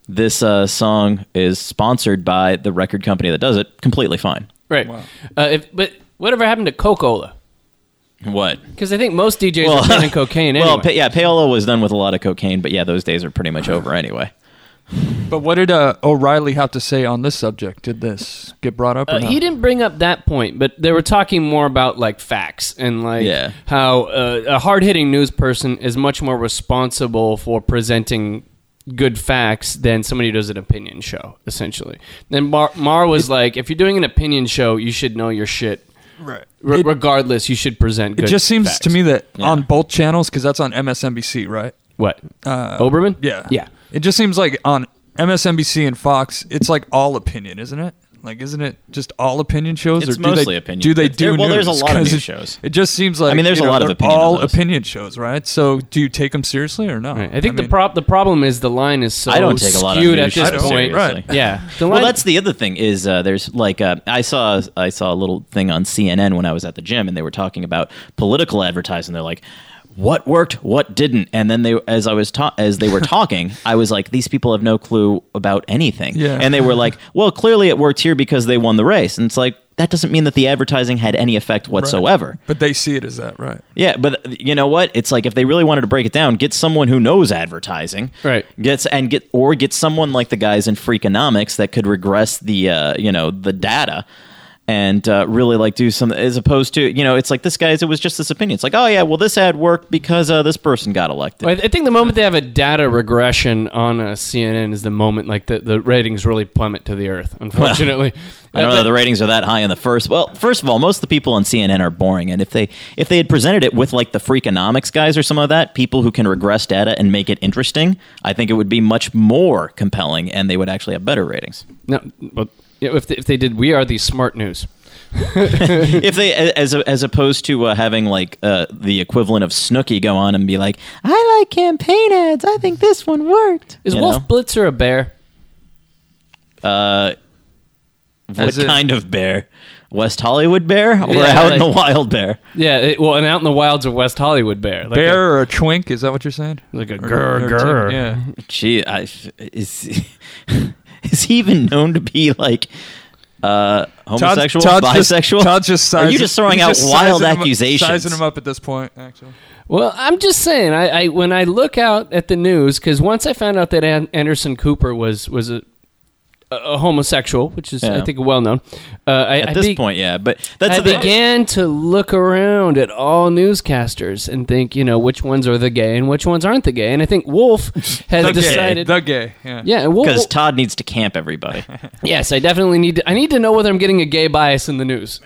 [SPEAKER 3] this uh, song is sponsored by the record company that does it, completely fine.
[SPEAKER 1] Right. Uh, if, but whatever happened to Coca Cola?
[SPEAKER 3] *laughs* What?
[SPEAKER 1] Because I think most DJs are running
[SPEAKER 2] *laughs*
[SPEAKER 1] cocaine anyway.
[SPEAKER 3] *laughs* Well, pa- yeah, payola was done with a lot of cocaine, but yeah, those days are pretty much over anyway.
[SPEAKER 2] But what did uh, O'Reilly have to say on this subject? Did this get brought up? Or
[SPEAKER 1] Uh,
[SPEAKER 2] not?
[SPEAKER 1] he didn't bring up that point, but they were talking more about like facts and like
[SPEAKER 3] Yeah.
[SPEAKER 1] how uh, a hard hitting news person is much more responsible for presenting good facts than somebody who does an opinion show, essentially. Then Mar, Mar was like, if you're doing an opinion show, you should know your shit.
[SPEAKER 2] Right.
[SPEAKER 1] Re-
[SPEAKER 2] It-
[SPEAKER 1] regardless, you should present. Good
[SPEAKER 2] It just seems
[SPEAKER 1] facts.
[SPEAKER 2] to me that on both channels, because that's on MSNBC, right?
[SPEAKER 1] what Oberman.
[SPEAKER 2] Yeah.
[SPEAKER 1] yeah.
[SPEAKER 2] It just seems like on MSNBC and Fox, it's like all opinion, isn't it? Like, isn't it just all opinion shows?
[SPEAKER 3] It's
[SPEAKER 2] or do
[SPEAKER 3] mostly
[SPEAKER 2] they,
[SPEAKER 3] opinion.
[SPEAKER 2] Do they
[SPEAKER 3] It's-
[SPEAKER 2] do
[SPEAKER 3] there- well, there's a
[SPEAKER 2] news?
[SPEAKER 3] lot of
[SPEAKER 2] 'Cause
[SPEAKER 3] news
[SPEAKER 2] it-
[SPEAKER 3] shows.
[SPEAKER 2] It just seems like
[SPEAKER 3] mean, there's
[SPEAKER 2] you
[SPEAKER 3] a
[SPEAKER 2] know,
[SPEAKER 3] lot of
[SPEAKER 2] they're
[SPEAKER 3] opinion of
[SPEAKER 2] all
[SPEAKER 3] those.
[SPEAKER 2] opinion shows, right? So do you take them seriously or no?
[SPEAKER 1] Right. I think the
[SPEAKER 2] mean,
[SPEAKER 1] prop the problem is the line is so
[SPEAKER 3] I don't take a lot of
[SPEAKER 1] skewed
[SPEAKER 3] news
[SPEAKER 1] at this
[SPEAKER 3] shows
[SPEAKER 1] point.
[SPEAKER 3] seriously.
[SPEAKER 2] Right.
[SPEAKER 3] *laughs*
[SPEAKER 1] Yeah. The
[SPEAKER 3] Well,
[SPEAKER 1] line-
[SPEAKER 3] that's the other thing is uh, there's like uh, I saw I saw a little thing on CNN when I was at the gym, and they were talking about political advertising. They're like, "What worked? What didn't?" And then they, as I was ta- as they were talking, *laughs* I was like, "These people have no clue about anything."
[SPEAKER 2] Yeah.
[SPEAKER 3] And they were like, "Well, clearly it worked here because they won the race." And it's like that doesn't mean that the advertising had any effect whatsoever.
[SPEAKER 2] But they see it as that, right?
[SPEAKER 3] Yeah, but uh, you know what? It's like if they really wanted to break it down, get someone who knows advertising,
[SPEAKER 1] Right.
[SPEAKER 3] Gets and get or get someone like the guys in Freakonomics that could regress the uh, you know the data and uh, really like do something as opposed to you know it's like this guy's it was just this opinion. It's like oh yeah, well this ad worked because uh, this person got elected.
[SPEAKER 1] I I think the moment they have a data regression on uh, CNN is the moment like the, the ratings really plummet to the earth. Unfortunately,
[SPEAKER 3] *laughs* I don't know. The ratings are that high in the first. Well, first of all, most of the people on CNN are boring, and if they if they had presented it with like the Freakonomics guys or some of that people who can regress data and make it interesting, I think it would be much more compelling, and they would actually have better ratings.
[SPEAKER 1] *laughs* No, but yeah, if they, if they did, we are the smart news.
[SPEAKER 3] if they as as opposed to uh, having like uh, the equivalent of Snooki go on and be like, I like campaign ads. I think this one worked.
[SPEAKER 1] Is
[SPEAKER 3] You
[SPEAKER 1] Wolf
[SPEAKER 3] know?
[SPEAKER 1] Blitzer a bear?
[SPEAKER 3] what
[SPEAKER 2] As a-
[SPEAKER 3] Uh, kind of bear? West Hollywood bear or
[SPEAKER 1] Yeah,
[SPEAKER 3] out in the
[SPEAKER 1] like-
[SPEAKER 3] wild bear?
[SPEAKER 1] Yeah, it, well, and out in the wilds of West Hollywood, bear, like
[SPEAKER 2] Bear or a twink? Is that what you're saying?
[SPEAKER 1] a, like a
[SPEAKER 2] Or-
[SPEAKER 1] grr
[SPEAKER 2] or
[SPEAKER 1] grr.
[SPEAKER 2] twink, Yeah.
[SPEAKER 3] Gee, I, is *laughs* is he even known to be like uh, homosexual,
[SPEAKER 2] Todd's
[SPEAKER 3] bisexual?
[SPEAKER 2] Just, Todd's just
[SPEAKER 3] Are
[SPEAKER 2] sizing-
[SPEAKER 3] you just throwing
[SPEAKER 2] he's
[SPEAKER 3] out
[SPEAKER 2] just
[SPEAKER 3] wild
[SPEAKER 2] sizing him up-
[SPEAKER 3] accusations?
[SPEAKER 2] sizing him up at this point, actually.
[SPEAKER 1] Well, I'm just saying, I, I when I look out at the news, because once I found out that An- Anderson Cooper was was a, a- a homosexual, which is I
[SPEAKER 3] Yeah.
[SPEAKER 1] think well known. Uh, I,
[SPEAKER 3] At
[SPEAKER 1] I
[SPEAKER 3] this
[SPEAKER 1] be-
[SPEAKER 3] point, yeah, but that's
[SPEAKER 1] I
[SPEAKER 3] the thing.
[SPEAKER 1] began to look around at all newscasters and think, you know, which ones are the gay and which ones aren't the gay. And I think
[SPEAKER 3] *laughs*
[SPEAKER 1] Wolf has
[SPEAKER 2] The gay.
[SPEAKER 1] decided.
[SPEAKER 2] The gay. Yeah.
[SPEAKER 1] yeah, and Wolf.
[SPEAKER 3] because Todd needs to
[SPEAKER 1] *laughs*
[SPEAKER 3] camp everybody.
[SPEAKER 1] yes, I definitely need. To, I need to know whether I'm getting a gay bias in the news.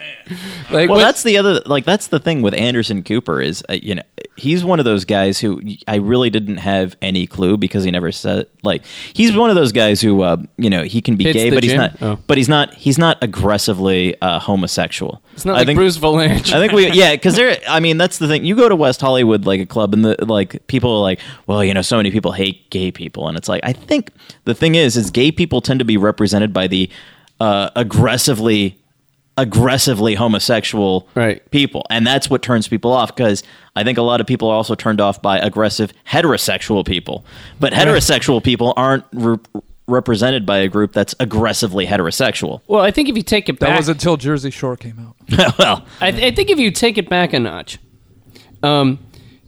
[SPEAKER 1] Like,
[SPEAKER 3] well
[SPEAKER 1] what-
[SPEAKER 3] that's the other like that's the thing with anderson cooper is uh, you know he's one of those guys who i really didn't have any clue because he never said like he's one of those guys who uh, you know he can be
[SPEAKER 1] Hits
[SPEAKER 3] gay
[SPEAKER 1] the
[SPEAKER 3] but he's
[SPEAKER 1] gym?
[SPEAKER 3] not
[SPEAKER 1] Oh.
[SPEAKER 3] but he's not he's not aggressively uh, homosexual
[SPEAKER 1] it's not
[SPEAKER 3] i
[SPEAKER 1] like
[SPEAKER 3] think
[SPEAKER 1] Bruce Valanche.
[SPEAKER 3] *laughs* I think we, yeah, because there. I mean, that's the thing. You go to West Hollywood, like a club, and the like people are like, well, you know, so many people hate gay people, and it's like I think the thing is, is gay people tend to be represented by the uh, aggressively, aggressively homosexual
[SPEAKER 1] Right.
[SPEAKER 3] people, and that's what turns people off. Because I think a lot of people are also turned off by aggressive heterosexual people, but heterosexual people aren't. Re- represented by a group that's aggressively heterosexual. *laughs*
[SPEAKER 1] well, I think if you take it
[SPEAKER 2] That
[SPEAKER 1] back,
[SPEAKER 2] was until Jersey Shore came out.
[SPEAKER 3] well,
[SPEAKER 1] I, th- I think if you take it back a notch, um,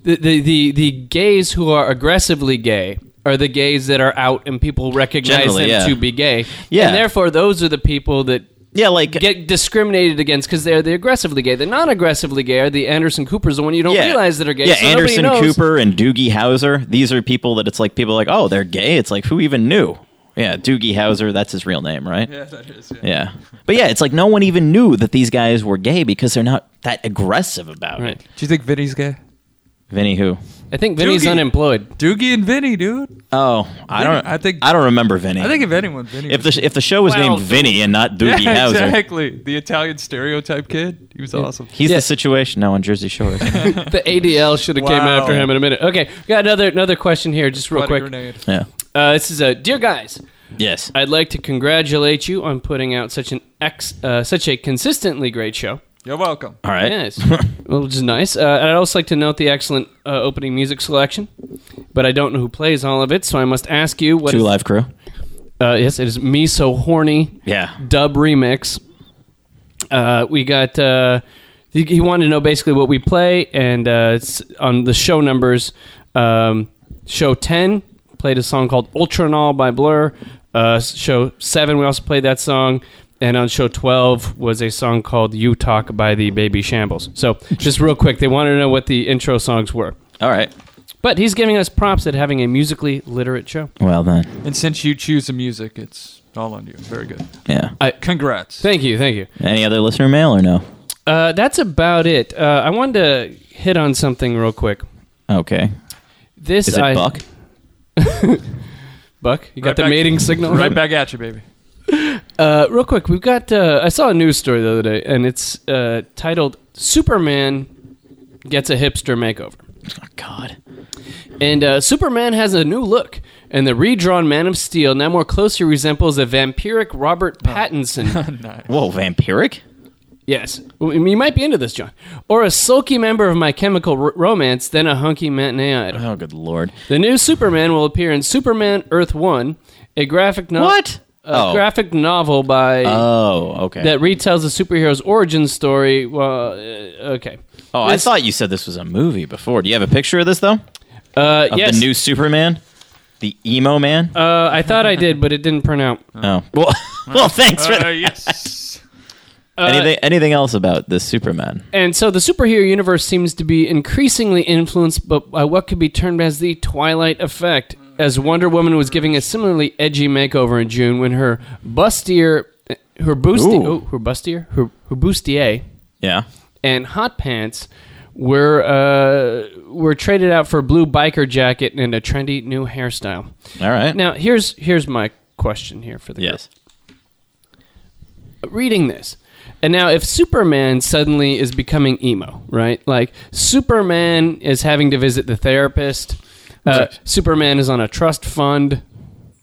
[SPEAKER 1] the, the the the gays who are aggressively gay are the gays that are out and people recognize
[SPEAKER 3] Generally,
[SPEAKER 1] them
[SPEAKER 3] yeah.
[SPEAKER 1] to be gay.
[SPEAKER 3] Yeah.
[SPEAKER 1] and therefore those are the people that
[SPEAKER 3] yeah, like
[SPEAKER 1] get discriminated against because they're the aggressively gay. The non-aggressively gay are the Anderson Coopers, the one you don't realize that are gay.
[SPEAKER 3] Yeah,
[SPEAKER 1] so nobody
[SPEAKER 3] Anderson
[SPEAKER 1] knows.
[SPEAKER 3] Cooper and Doogie Howser. These are people that it's like people are like, oh, they're gay. It's like who even knew? Yeah, Doogie Howser. That's his real name, right?
[SPEAKER 2] Yeah, that is.
[SPEAKER 3] Yeah. But yeah, it's like no one even knew that these guys were gay because they're not that aggressive about
[SPEAKER 1] Right.
[SPEAKER 3] it.
[SPEAKER 2] Do you think Vinny's gay?
[SPEAKER 3] Vinny who?
[SPEAKER 1] I think Vinny's
[SPEAKER 2] Doogie.
[SPEAKER 1] unemployed.
[SPEAKER 2] Doogie and Vinny, dude.
[SPEAKER 3] Oh, I don't.
[SPEAKER 2] I think-
[SPEAKER 3] I don't remember Vinny.
[SPEAKER 2] I think if anyone, Vinny.
[SPEAKER 3] if
[SPEAKER 2] was-
[SPEAKER 3] the if the show was
[SPEAKER 1] Well,
[SPEAKER 3] named Vinny and not
[SPEAKER 2] *laughs* yeah,
[SPEAKER 3] Doogie Howser,
[SPEAKER 2] exactly. The Italian stereotype kid. He was awesome.
[SPEAKER 3] he's
[SPEAKER 1] Yeah.
[SPEAKER 3] the situation now on
[SPEAKER 2] *laughs*
[SPEAKER 3] Jersey Shore.
[SPEAKER 1] The ADL should have came
[SPEAKER 2] Wow.
[SPEAKER 1] after him in a minute. Okay, we got another another question here, just real
[SPEAKER 2] What a
[SPEAKER 1] quick.
[SPEAKER 2] grenade.
[SPEAKER 3] yeah.
[SPEAKER 1] Uh, this is a dear guys.
[SPEAKER 3] Yes.
[SPEAKER 1] I'd like to congratulate you on putting out such an ex, uh, such a consistently great show.
[SPEAKER 2] You're welcome.
[SPEAKER 3] All right.
[SPEAKER 1] Yes,
[SPEAKER 3] *laughs*
[SPEAKER 1] well, which is nice. Uh, and I'd also like to note the excellent uh, opening music selection, but I don't know who plays all of it, so I must ask you what
[SPEAKER 3] Two
[SPEAKER 1] is-
[SPEAKER 3] live crew.
[SPEAKER 1] Uh, yes, it is me so horny
[SPEAKER 3] Yeah.
[SPEAKER 1] dub remix. Uh, we got uh, he, he wanted to know basically what we play, and uh, it's on the show numbers. Um, show ten played a song called Ultranol by Blur. Uh, show seven we also played that song, and on show twelve was a song called "You Talk" by the Baby Shambles. So just real quick, they wanted to know what the intro songs were.
[SPEAKER 3] All right.
[SPEAKER 1] But he's giving us props at having a musically literate show.
[SPEAKER 3] Well then.
[SPEAKER 2] And since you choose the music, it's all on you. Very good.
[SPEAKER 3] Yeah.
[SPEAKER 2] Congrats.
[SPEAKER 1] Thank you, thank you.
[SPEAKER 3] Any other listener mail or no?
[SPEAKER 1] Uh, that's about it. Uh, I wanted to hit on something real quick.
[SPEAKER 3] Okay.
[SPEAKER 1] This
[SPEAKER 3] Is it
[SPEAKER 1] I-
[SPEAKER 3] Buck?
[SPEAKER 1] *laughs* Buck, you got
[SPEAKER 2] Right
[SPEAKER 1] the
[SPEAKER 2] back-
[SPEAKER 1] mating signal
[SPEAKER 2] Right back at you, baby.
[SPEAKER 1] Uh, real quick, we've got. Uh, I saw a news story the other day, and it's uh, titled "Superman Gets a Hipster Makeover."
[SPEAKER 3] Oh, God.
[SPEAKER 1] And uh, Superman has a new look, and the redrawn Man of Steel now more closely resembles a vampiric Robert
[SPEAKER 2] Oh.
[SPEAKER 1] Pattinson
[SPEAKER 2] *laughs*
[SPEAKER 3] Whoa, vampiric?
[SPEAKER 1] Yes, Well, you might be into this, John. Or a sulky member of My Chemical R- Romance, then a hunky matinee
[SPEAKER 2] Uh,
[SPEAKER 1] idol.
[SPEAKER 3] Oh, good lord.
[SPEAKER 1] The new Superman will appear in Superman Earth One, a graphic novel.
[SPEAKER 3] What?
[SPEAKER 1] A
[SPEAKER 3] Oh.
[SPEAKER 1] graphic novel by
[SPEAKER 3] Oh, okay.
[SPEAKER 1] that retells the superhero's origin story. Well, uh, okay.
[SPEAKER 3] oh, I thought you said this was a movie before. Do you have a picture of this though?
[SPEAKER 1] Uh,
[SPEAKER 3] Of
[SPEAKER 1] yes,
[SPEAKER 3] the new Superman, the emo man.
[SPEAKER 1] uh, I thought I did, but it didn't print
[SPEAKER 3] *laughs*
[SPEAKER 1] out.
[SPEAKER 3] oh, well, well, thanks for
[SPEAKER 2] Uh,
[SPEAKER 3] that.
[SPEAKER 2] yes. *laughs*
[SPEAKER 3] anything. Anything else about this Superman?
[SPEAKER 1] And so the superhero universe seems to be increasingly influenced bu- by what could be termed as the Twilight effect, as Wonder Woman was giving a similarly edgy makeover in June when her bustier, uh, her bustier,
[SPEAKER 3] Ooh.
[SPEAKER 1] oh, her bustier, her, her bustier,
[SPEAKER 3] Yeah.
[SPEAKER 1] and hot pants were uh, were traded out for a blue biker jacket and a trendy new hairstyle.
[SPEAKER 3] All right.
[SPEAKER 1] Now here's here's my question here for the group
[SPEAKER 3] yes.
[SPEAKER 1] reading this. And now, if Superman suddenly is becoming emo, right? Like, Superman is having to visit the therapist. Uh, Superman is on a trust fund.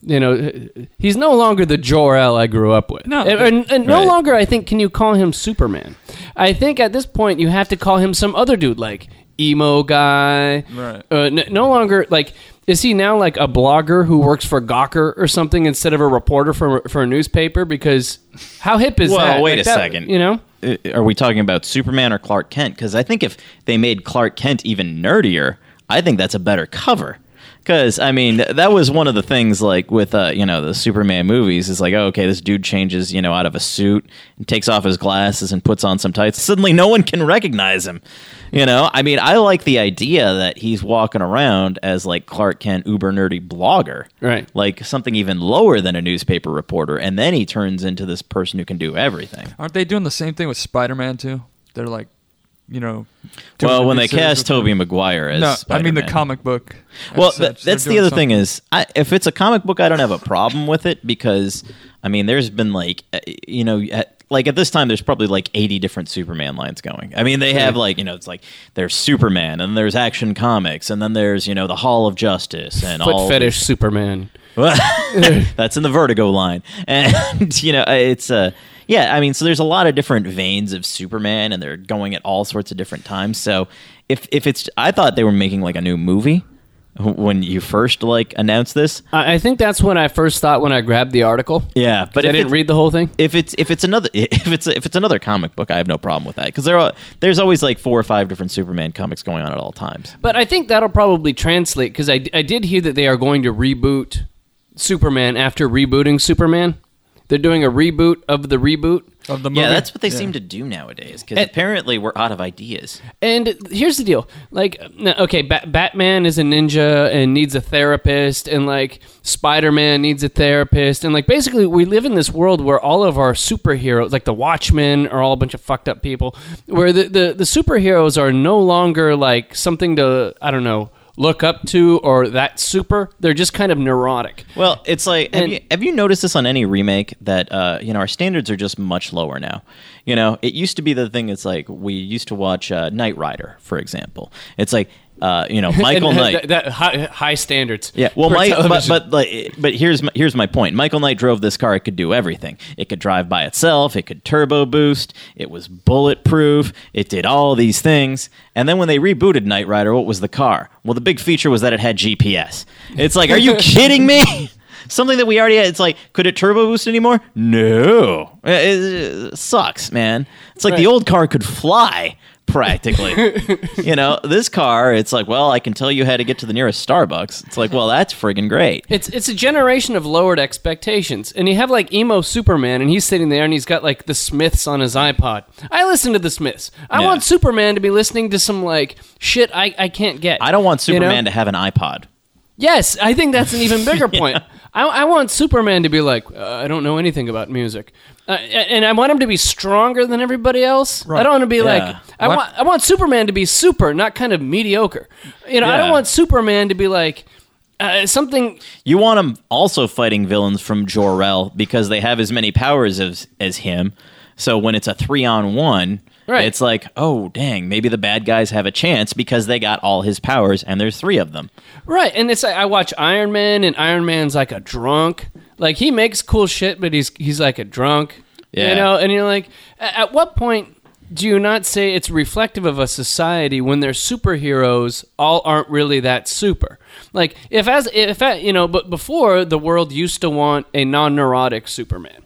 [SPEAKER 1] You know, he's no longer the Jor El I grew up with.
[SPEAKER 2] No.
[SPEAKER 1] and, and, and no
[SPEAKER 3] Right.
[SPEAKER 1] longer, I think, can you call him Superman. I think at this point, you have to call him some other dude, like emo guy.
[SPEAKER 2] Right.
[SPEAKER 1] Uh, n- no longer like is he now like a blogger who works for Gawker or something instead of a reporter for for a newspaper? Because how hip is
[SPEAKER 3] Well,
[SPEAKER 1] that?
[SPEAKER 3] wait
[SPEAKER 1] Like
[SPEAKER 3] a
[SPEAKER 1] that-
[SPEAKER 3] second.
[SPEAKER 1] You know,
[SPEAKER 3] Uh, Are we talking about Superman or Clark Kent? Because I think if they made Clark Kent even nerdier, I think that's a better cover. Because I mean, th- that was one of the things like with uh, you know the Superman movies is like, oh, okay, this dude changes you know out of a suit and takes off his glasses and puts on some tights. Suddenly, no one can recognize him. You know, I mean, I like the idea that he's walking around as like Clark Kent, uber nerdy blogger,
[SPEAKER 1] Right.
[SPEAKER 3] Like something even lower than a newspaper reporter, and then he turns into this person who can do everything.
[SPEAKER 2] Aren't they doing the same thing with Spider-Man too? They're like, you know. doing
[SPEAKER 3] Well,
[SPEAKER 2] a
[SPEAKER 3] when they
[SPEAKER 2] miniseries
[SPEAKER 3] cast
[SPEAKER 2] with-
[SPEAKER 3] Tobey Maguire as
[SPEAKER 2] No, I mean the
[SPEAKER 3] Spider-Man.
[SPEAKER 2] comic book. as
[SPEAKER 3] Well,
[SPEAKER 2] such.
[SPEAKER 3] th-
[SPEAKER 2] They're
[SPEAKER 3] that's the
[SPEAKER 2] doing
[SPEAKER 3] other thing
[SPEAKER 2] something.
[SPEAKER 3] is, I, if it's a comic book, I don't have a problem with it because, I mean, there's been like, uh, you know, at, like at this time, there's probably like 80 different Superman lines going. I mean, they have like, you know, it's like there's Superman and there's Action Comics and then there's, you know, the Hall of Justice and all.
[SPEAKER 1] foot fetish Superman. *laughs*
[SPEAKER 3] That's in the Vertigo line, and you know it's uh, yeah. I mean, so there's a lot of different veins of Superman, and they're going at all sorts of different times. So if if it's, I thought they were making like a new movie when you first like announced this.
[SPEAKER 1] I, I think that's what I first thought when I grabbed the article.
[SPEAKER 3] Yeah, but
[SPEAKER 1] but I
[SPEAKER 3] if
[SPEAKER 1] didn't
[SPEAKER 3] it-
[SPEAKER 1] read the whole thing.
[SPEAKER 3] If it's if it's another *laughs* if it's if it's another comic book, I have no problem with that because there are there's always like four or five different Superman comics going on at all times.
[SPEAKER 1] But I think that'll probably translate because I, I did hear that they are going to reboot Superman after rebooting Superman. They're doing a reboot of the reboot.
[SPEAKER 2] Of the movie.
[SPEAKER 3] Yeah, that's what they seem to do nowadays because
[SPEAKER 1] And-
[SPEAKER 3] apparently we're out of ideas.
[SPEAKER 1] And here's the deal. Like, no, okay, ba- Batman is a ninja and needs a therapist, and like Spider Man needs a therapist. And like, basically, we live in this world where all of our superheroes, like the Watchmen, are all a bunch of fucked up people, where the, the, the superheroes are no longer like something to, I don't know, look up to or that super. They're just kind of neurotic.
[SPEAKER 3] Well, it's like have,
[SPEAKER 1] And-
[SPEAKER 3] you, have you noticed this on any remake that uh, you know our standards are just much lower now. You know, it used to be the thing. It's like we used to watch uh, Knight Rider, for example. It's like uh, you know
[SPEAKER 1] *laughs*
[SPEAKER 3] Michael
[SPEAKER 1] And
[SPEAKER 3] Knight.
[SPEAKER 1] That, that high, high standards.
[SPEAKER 3] yeah, well,
[SPEAKER 1] for
[SPEAKER 3] my, but
[SPEAKER 1] television.
[SPEAKER 3] but like, but here's my, here's my point. Michael Knight drove this car; it could do everything. It could drive by itself. It could turbo boost. It was bulletproof. It did all these things. And then when they rebooted
[SPEAKER 1] *laughs*
[SPEAKER 3] Knight Rider, what was the car? Well, the big feature was that it had GPS. It's like, are you kidding me? something that we already had. It's like, could it turbo boost anymore? No. It, it- it sucks, man. It's like the old car could fly practically.
[SPEAKER 1] *laughs*
[SPEAKER 3] you know, this car, it's like, well, I can tell you how to get to the nearest Starbucks. It's like, well, that's friggin' great.
[SPEAKER 1] It's it's a generation of lowered expectations, and you have like emo Superman, and he's sitting there, and he's got like the Smiths on his iPod. I listen to the Smiths. I
[SPEAKER 3] Yeah.
[SPEAKER 1] want Superman to be listening to some like shit I, I can't get.
[SPEAKER 3] I don't want
[SPEAKER 1] you know?
[SPEAKER 3] Superman to have an iPod.
[SPEAKER 1] Yes, I think that's an even
[SPEAKER 3] *laughs*
[SPEAKER 1] bigger point. I, I want Superman to be like, uh, I don't know anything about music, uh, a- and I want him to be stronger than everybody else. I don't want to be like, I
[SPEAKER 2] What-
[SPEAKER 1] want I want Superman to be super, not kind of mediocre. You know, I don't
[SPEAKER 3] Yeah.
[SPEAKER 1] want Superman to be like. Uh, something
[SPEAKER 3] You want him also fighting villains from Jor-El because they have as many powers as as him. So when it's a 3 on 1,
[SPEAKER 1] Right.
[SPEAKER 3] it's like, "Oh, dang, maybe the bad guys have a chance because they got all his powers and there's 3 of them."
[SPEAKER 1] Right, and it's like I watch Iron Man, and Iron Man's like a drunk. Like he makes cool shit, but he's he's like a drunk.
[SPEAKER 3] Yeah.
[SPEAKER 1] You know, and you're like, a- at what point do you not say it's reflective of a society when their superheroes all aren't really that super? Like if as if a- you know, but before the world used to want a non-neurotic Superman.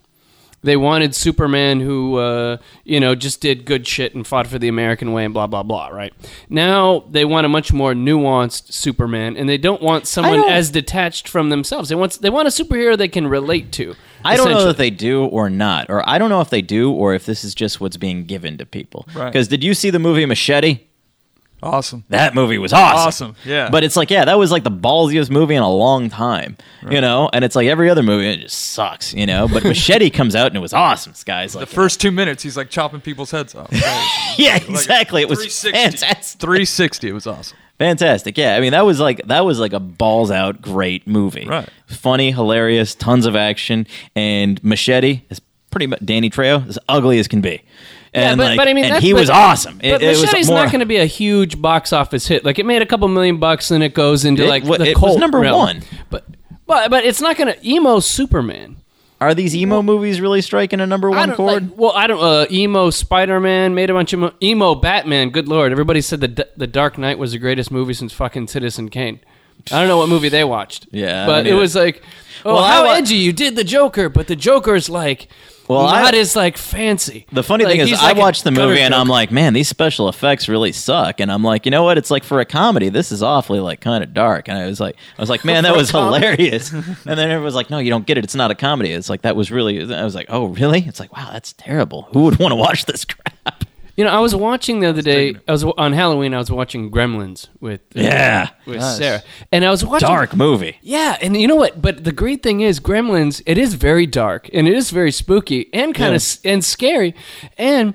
[SPEAKER 1] They wanted Superman who, uh, you know, just did good shit and fought for the American way and blah blah blah. Right now, they want a much more nuanced Superman, and they don't want someone
[SPEAKER 3] don't-
[SPEAKER 1] as detached from themselves. They want they want a superhero they can relate to.
[SPEAKER 3] I don't know
[SPEAKER 1] essentially.
[SPEAKER 3] if they do or not, or I don't know if they do or if this is just what's being given to people.
[SPEAKER 2] Right.
[SPEAKER 3] Because did you see the movie Machete?
[SPEAKER 2] Awesome.
[SPEAKER 3] That movie was awesome.
[SPEAKER 2] Awesome, yeah.
[SPEAKER 3] But it's like, yeah, that was like the ballsiest movie in a long time, you know. And it's like every other movie, it just sucks, you know.
[SPEAKER 2] *laughs*
[SPEAKER 3] But Machete comes out and it was awesome. This guy's like,
[SPEAKER 2] The first two minutes, he's like chopping people's heads
[SPEAKER 3] *laughs*
[SPEAKER 2] off.
[SPEAKER 3] yeah, exactly. It was
[SPEAKER 2] 360.
[SPEAKER 3] fantastic.
[SPEAKER 2] 360. It was awesome.
[SPEAKER 3] Fantastic. Yeah, I mean that was like that was like a balls out great movie.
[SPEAKER 2] Right.
[SPEAKER 3] Funny, hilarious, tons of action, and Machete is pretty much Danny Trejo as ugly as can be. And
[SPEAKER 1] Yeah, but,
[SPEAKER 3] like,
[SPEAKER 1] but I mean,
[SPEAKER 3] and
[SPEAKER 1] that's-
[SPEAKER 3] he
[SPEAKER 1] but-
[SPEAKER 3] was awesome.
[SPEAKER 1] But
[SPEAKER 3] it, it
[SPEAKER 1] Machete's
[SPEAKER 3] was more,
[SPEAKER 1] not going to be a huge box office hit. Like it made a couple million bucks, and it goes into
[SPEAKER 3] It
[SPEAKER 1] like
[SPEAKER 3] wa-
[SPEAKER 1] the
[SPEAKER 3] it was
[SPEAKER 1] cult
[SPEAKER 3] number
[SPEAKER 1] realm.
[SPEAKER 3] one.
[SPEAKER 1] But but but it's not going to emo Superman.
[SPEAKER 3] Are these emo movies really striking a number
[SPEAKER 1] I
[SPEAKER 3] one
[SPEAKER 1] don't,
[SPEAKER 3] chord?
[SPEAKER 1] like- well, I don't. Uh, emo Spider Man made a bunch of mo- emo Batman. Good lord, everybody said the D- the Dark Knight was the greatest movie since fucking Citizen Kane. I don't know what movie they watched.
[SPEAKER 3] *laughs* Yeah, I
[SPEAKER 1] but
[SPEAKER 3] don't
[SPEAKER 1] it
[SPEAKER 3] either.
[SPEAKER 1] was like, oh,
[SPEAKER 3] Well, I
[SPEAKER 1] how
[SPEAKER 3] wa-
[SPEAKER 1] edgy you did the Joker, but the Joker's like.
[SPEAKER 3] Well, I-
[SPEAKER 1] not as like fancy.
[SPEAKER 3] The funny
[SPEAKER 1] Like,
[SPEAKER 3] thing is,
[SPEAKER 1] he's
[SPEAKER 3] I
[SPEAKER 1] like a
[SPEAKER 3] watched the
[SPEAKER 1] gutter
[SPEAKER 3] movie and
[SPEAKER 1] Joker.
[SPEAKER 3] I'm like, man, these special effects really suck. And I'm like, you know what? It's like for a comedy, this is awfully like kind of dark. And I was like, I was like, man, *laughs* that was hilarious. and then everyone was like, no, you don't get it. It's not a comedy. It's like that was really. I was like, oh, really? It's like, wow, that's terrible. Who would want to watch this crap?
[SPEAKER 1] You know, I was watching the other day. I was on Halloween. I was watching Gremlins with uh,
[SPEAKER 3] Yeah,
[SPEAKER 1] with Sarah, and I was watching
[SPEAKER 3] dark movie.
[SPEAKER 1] Yeah, and you know what? But the great thing is, Gremlins. It is very dark, and it is very spooky, and kind of s and scary. And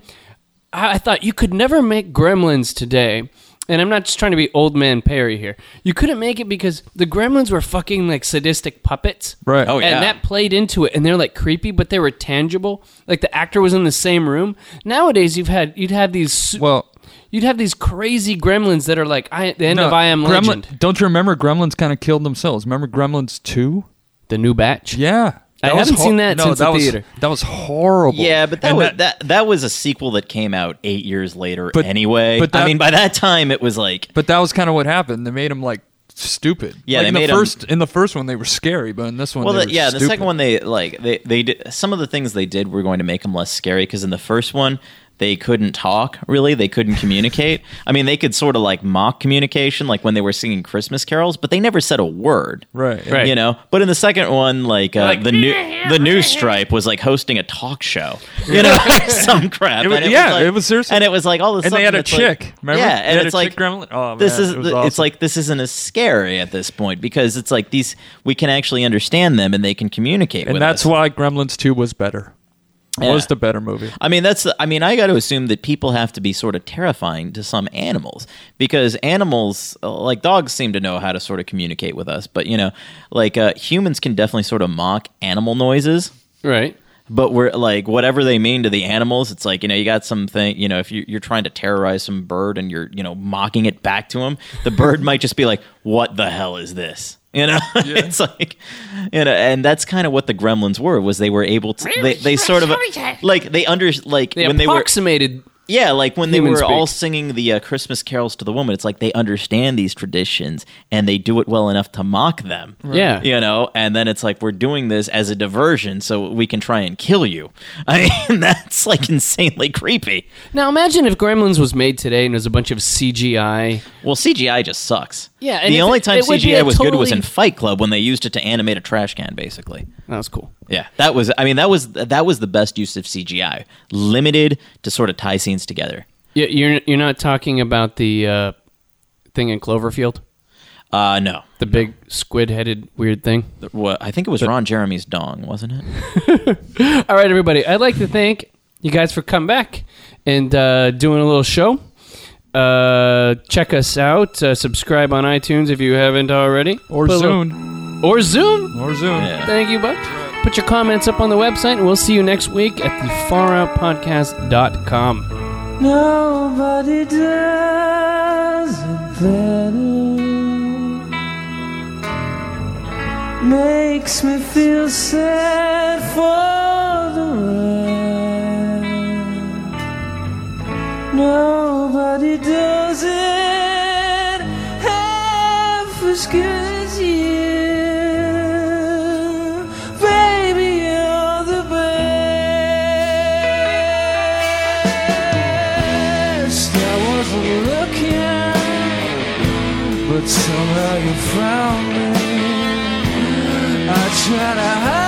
[SPEAKER 1] I, I thought you could never make Gremlins today. And I'm not just trying to be old man Perry here. You couldn't make it because the Gremlins were fucking like sadistic puppets,
[SPEAKER 2] Right.
[SPEAKER 3] Oh, yeah.
[SPEAKER 1] And that played into it, and they're like creepy, but they were tangible. Like the actor was in the same room. Nowadays, you've had you'd have these su-
[SPEAKER 2] Well,
[SPEAKER 1] you'd have these crazy Gremlins that are like I, the end of I Am
[SPEAKER 2] Gremlin-
[SPEAKER 1] Legend,
[SPEAKER 2] Don't you remember Gremlins kind of killed themselves? Remember Gremlins 2?
[SPEAKER 1] the new batch.
[SPEAKER 2] Yeah.
[SPEAKER 1] I
[SPEAKER 2] was
[SPEAKER 1] haven't seen that
[SPEAKER 2] no,
[SPEAKER 1] since
[SPEAKER 2] that
[SPEAKER 1] the
[SPEAKER 2] was,
[SPEAKER 1] theater.
[SPEAKER 2] That was horrible.
[SPEAKER 3] Yeah, but that
[SPEAKER 2] And
[SPEAKER 3] was that, that was a sequel that came out eight years later.
[SPEAKER 2] But-
[SPEAKER 3] anyway,
[SPEAKER 2] but
[SPEAKER 3] I
[SPEAKER 2] that-
[SPEAKER 3] mean, by that time it was like
[SPEAKER 2] But that was kind of what happened. They made them like stupid.
[SPEAKER 3] Yeah,
[SPEAKER 2] like,
[SPEAKER 3] they
[SPEAKER 2] in
[SPEAKER 3] made
[SPEAKER 2] the
[SPEAKER 3] 'em-
[SPEAKER 2] first in the first one they were scary, but in this one
[SPEAKER 3] Well,
[SPEAKER 2] they
[SPEAKER 3] the,
[SPEAKER 2] were
[SPEAKER 3] yeah, the second
[SPEAKER 2] stupid.
[SPEAKER 3] one they like they they did some of the things they did were going to make them less scary because in the first one they couldn't talk really, they
[SPEAKER 2] *laughs*
[SPEAKER 3] couldn't communicate. I mean, they could sort of like mock communication, like when they were singing Christmas carols, but they never said a word.
[SPEAKER 2] Right.
[SPEAKER 1] Right.
[SPEAKER 3] You know, but in the second one, like, uh, the new the new stripe was like hosting a
[SPEAKER 2] *laughs*
[SPEAKER 3] talk show, you know, or *laughs* some crap.
[SPEAKER 2] It was-
[SPEAKER 3] and
[SPEAKER 2] yeah,
[SPEAKER 3] like-
[SPEAKER 2] it was seriously-
[SPEAKER 3] and it was like all this.
[SPEAKER 2] And they had a
[SPEAKER 3] like,
[SPEAKER 2] chick, remember?
[SPEAKER 3] Yeah,
[SPEAKER 2] They
[SPEAKER 3] and
[SPEAKER 2] had
[SPEAKER 3] it's
[SPEAKER 2] a
[SPEAKER 3] like
[SPEAKER 2] chick gremlin. Oh,
[SPEAKER 3] this
[SPEAKER 2] man,
[SPEAKER 3] is
[SPEAKER 2] it was
[SPEAKER 3] the- it's
[SPEAKER 2] awesome.
[SPEAKER 3] like this isn't as scary at this point because it's like these we can actually understand them and they can communicate.
[SPEAKER 2] And
[SPEAKER 3] with
[SPEAKER 2] that's
[SPEAKER 3] us.
[SPEAKER 2] why Gremlins 2 was better.
[SPEAKER 3] Yeah.
[SPEAKER 2] Was the better movie.
[SPEAKER 3] I mean, that's. I mean, I got to assume that people have to be sort of terrifying to some animals because animals, uh, like dogs, seem to know how to sort of communicate with us. But you know, like uh, humans can definitely sort of mock animal noises.
[SPEAKER 1] Right.
[SPEAKER 3] But we're like whatever they mean to the animals, it's like you know you got something you know if you, you're trying to terrorize some bird and you're you know mocking it back to him, the bird might just be like, "What the hell is this?" You know, *laughs* it's like you know, and that's kind of what the Gremlins were was they were able to they, they sort of like they under like
[SPEAKER 1] They
[SPEAKER 3] when they were
[SPEAKER 1] approximated
[SPEAKER 3] Yeah, like when they
[SPEAKER 1] Human
[SPEAKER 3] were
[SPEAKER 1] speak.
[SPEAKER 3] all singing the uh, Christmas carols to the woman, it's like they understand these traditions and they do it well enough to mock them.
[SPEAKER 1] Yeah.
[SPEAKER 3] *laughs* You know, and then it's like we're doing this as a diversion so we can try and kill you. *laughs* I mean, that's
[SPEAKER 1] Hmm.
[SPEAKER 3] like insanely creepy.
[SPEAKER 1] Now imagine if Gremlins was made today and it was a bunch of CGI.
[SPEAKER 3] Well, CGI just sucks.
[SPEAKER 1] Yeah, and
[SPEAKER 3] the
[SPEAKER 1] if
[SPEAKER 3] only
[SPEAKER 1] it-
[SPEAKER 3] time
[SPEAKER 1] it would be
[SPEAKER 3] CGI
[SPEAKER 1] a
[SPEAKER 3] was good was in
[SPEAKER 1] totally-
[SPEAKER 3] Fight Club when they used it to animate a trash can basically.
[SPEAKER 1] That was cool.
[SPEAKER 3] Yeah, that was I mean that was that was the best use of CGI, limited to sort of tie scenes together.
[SPEAKER 1] Yeah, you're you're not talking about the uh, thing in Cloverfield,
[SPEAKER 3] Uh no.
[SPEAKER 1] the big squid-headed weird thing.
[SPEAKER 3] What I think it was Ron Jeremy's dong, wasn't it?
[SPEAKER 1] All right, everybody. I'd like to thank you guys for coming back and uh, doing a little show. Uh, check us out. Uh, subscribe on iTunes if you haven't already.
[SPEAKER 2] Or
[SPEAKER 1] Put a little-
[SPEAKER 2] Zune.
[SPEAKER 1] Or Zoom.
[SPEAKER 2] Or Zune.
[SPEAKER 1] Thank you, Buck. Put your comments up on the website, and we'll see you next week at the faroutpodcast.com.
[SPEAKER 7] Nobody does it better. Makes me feel sad for the world. Nobody does it half as good as you. Baby, you're the best. I wasn't looking, but somehow you found me. I try to hide.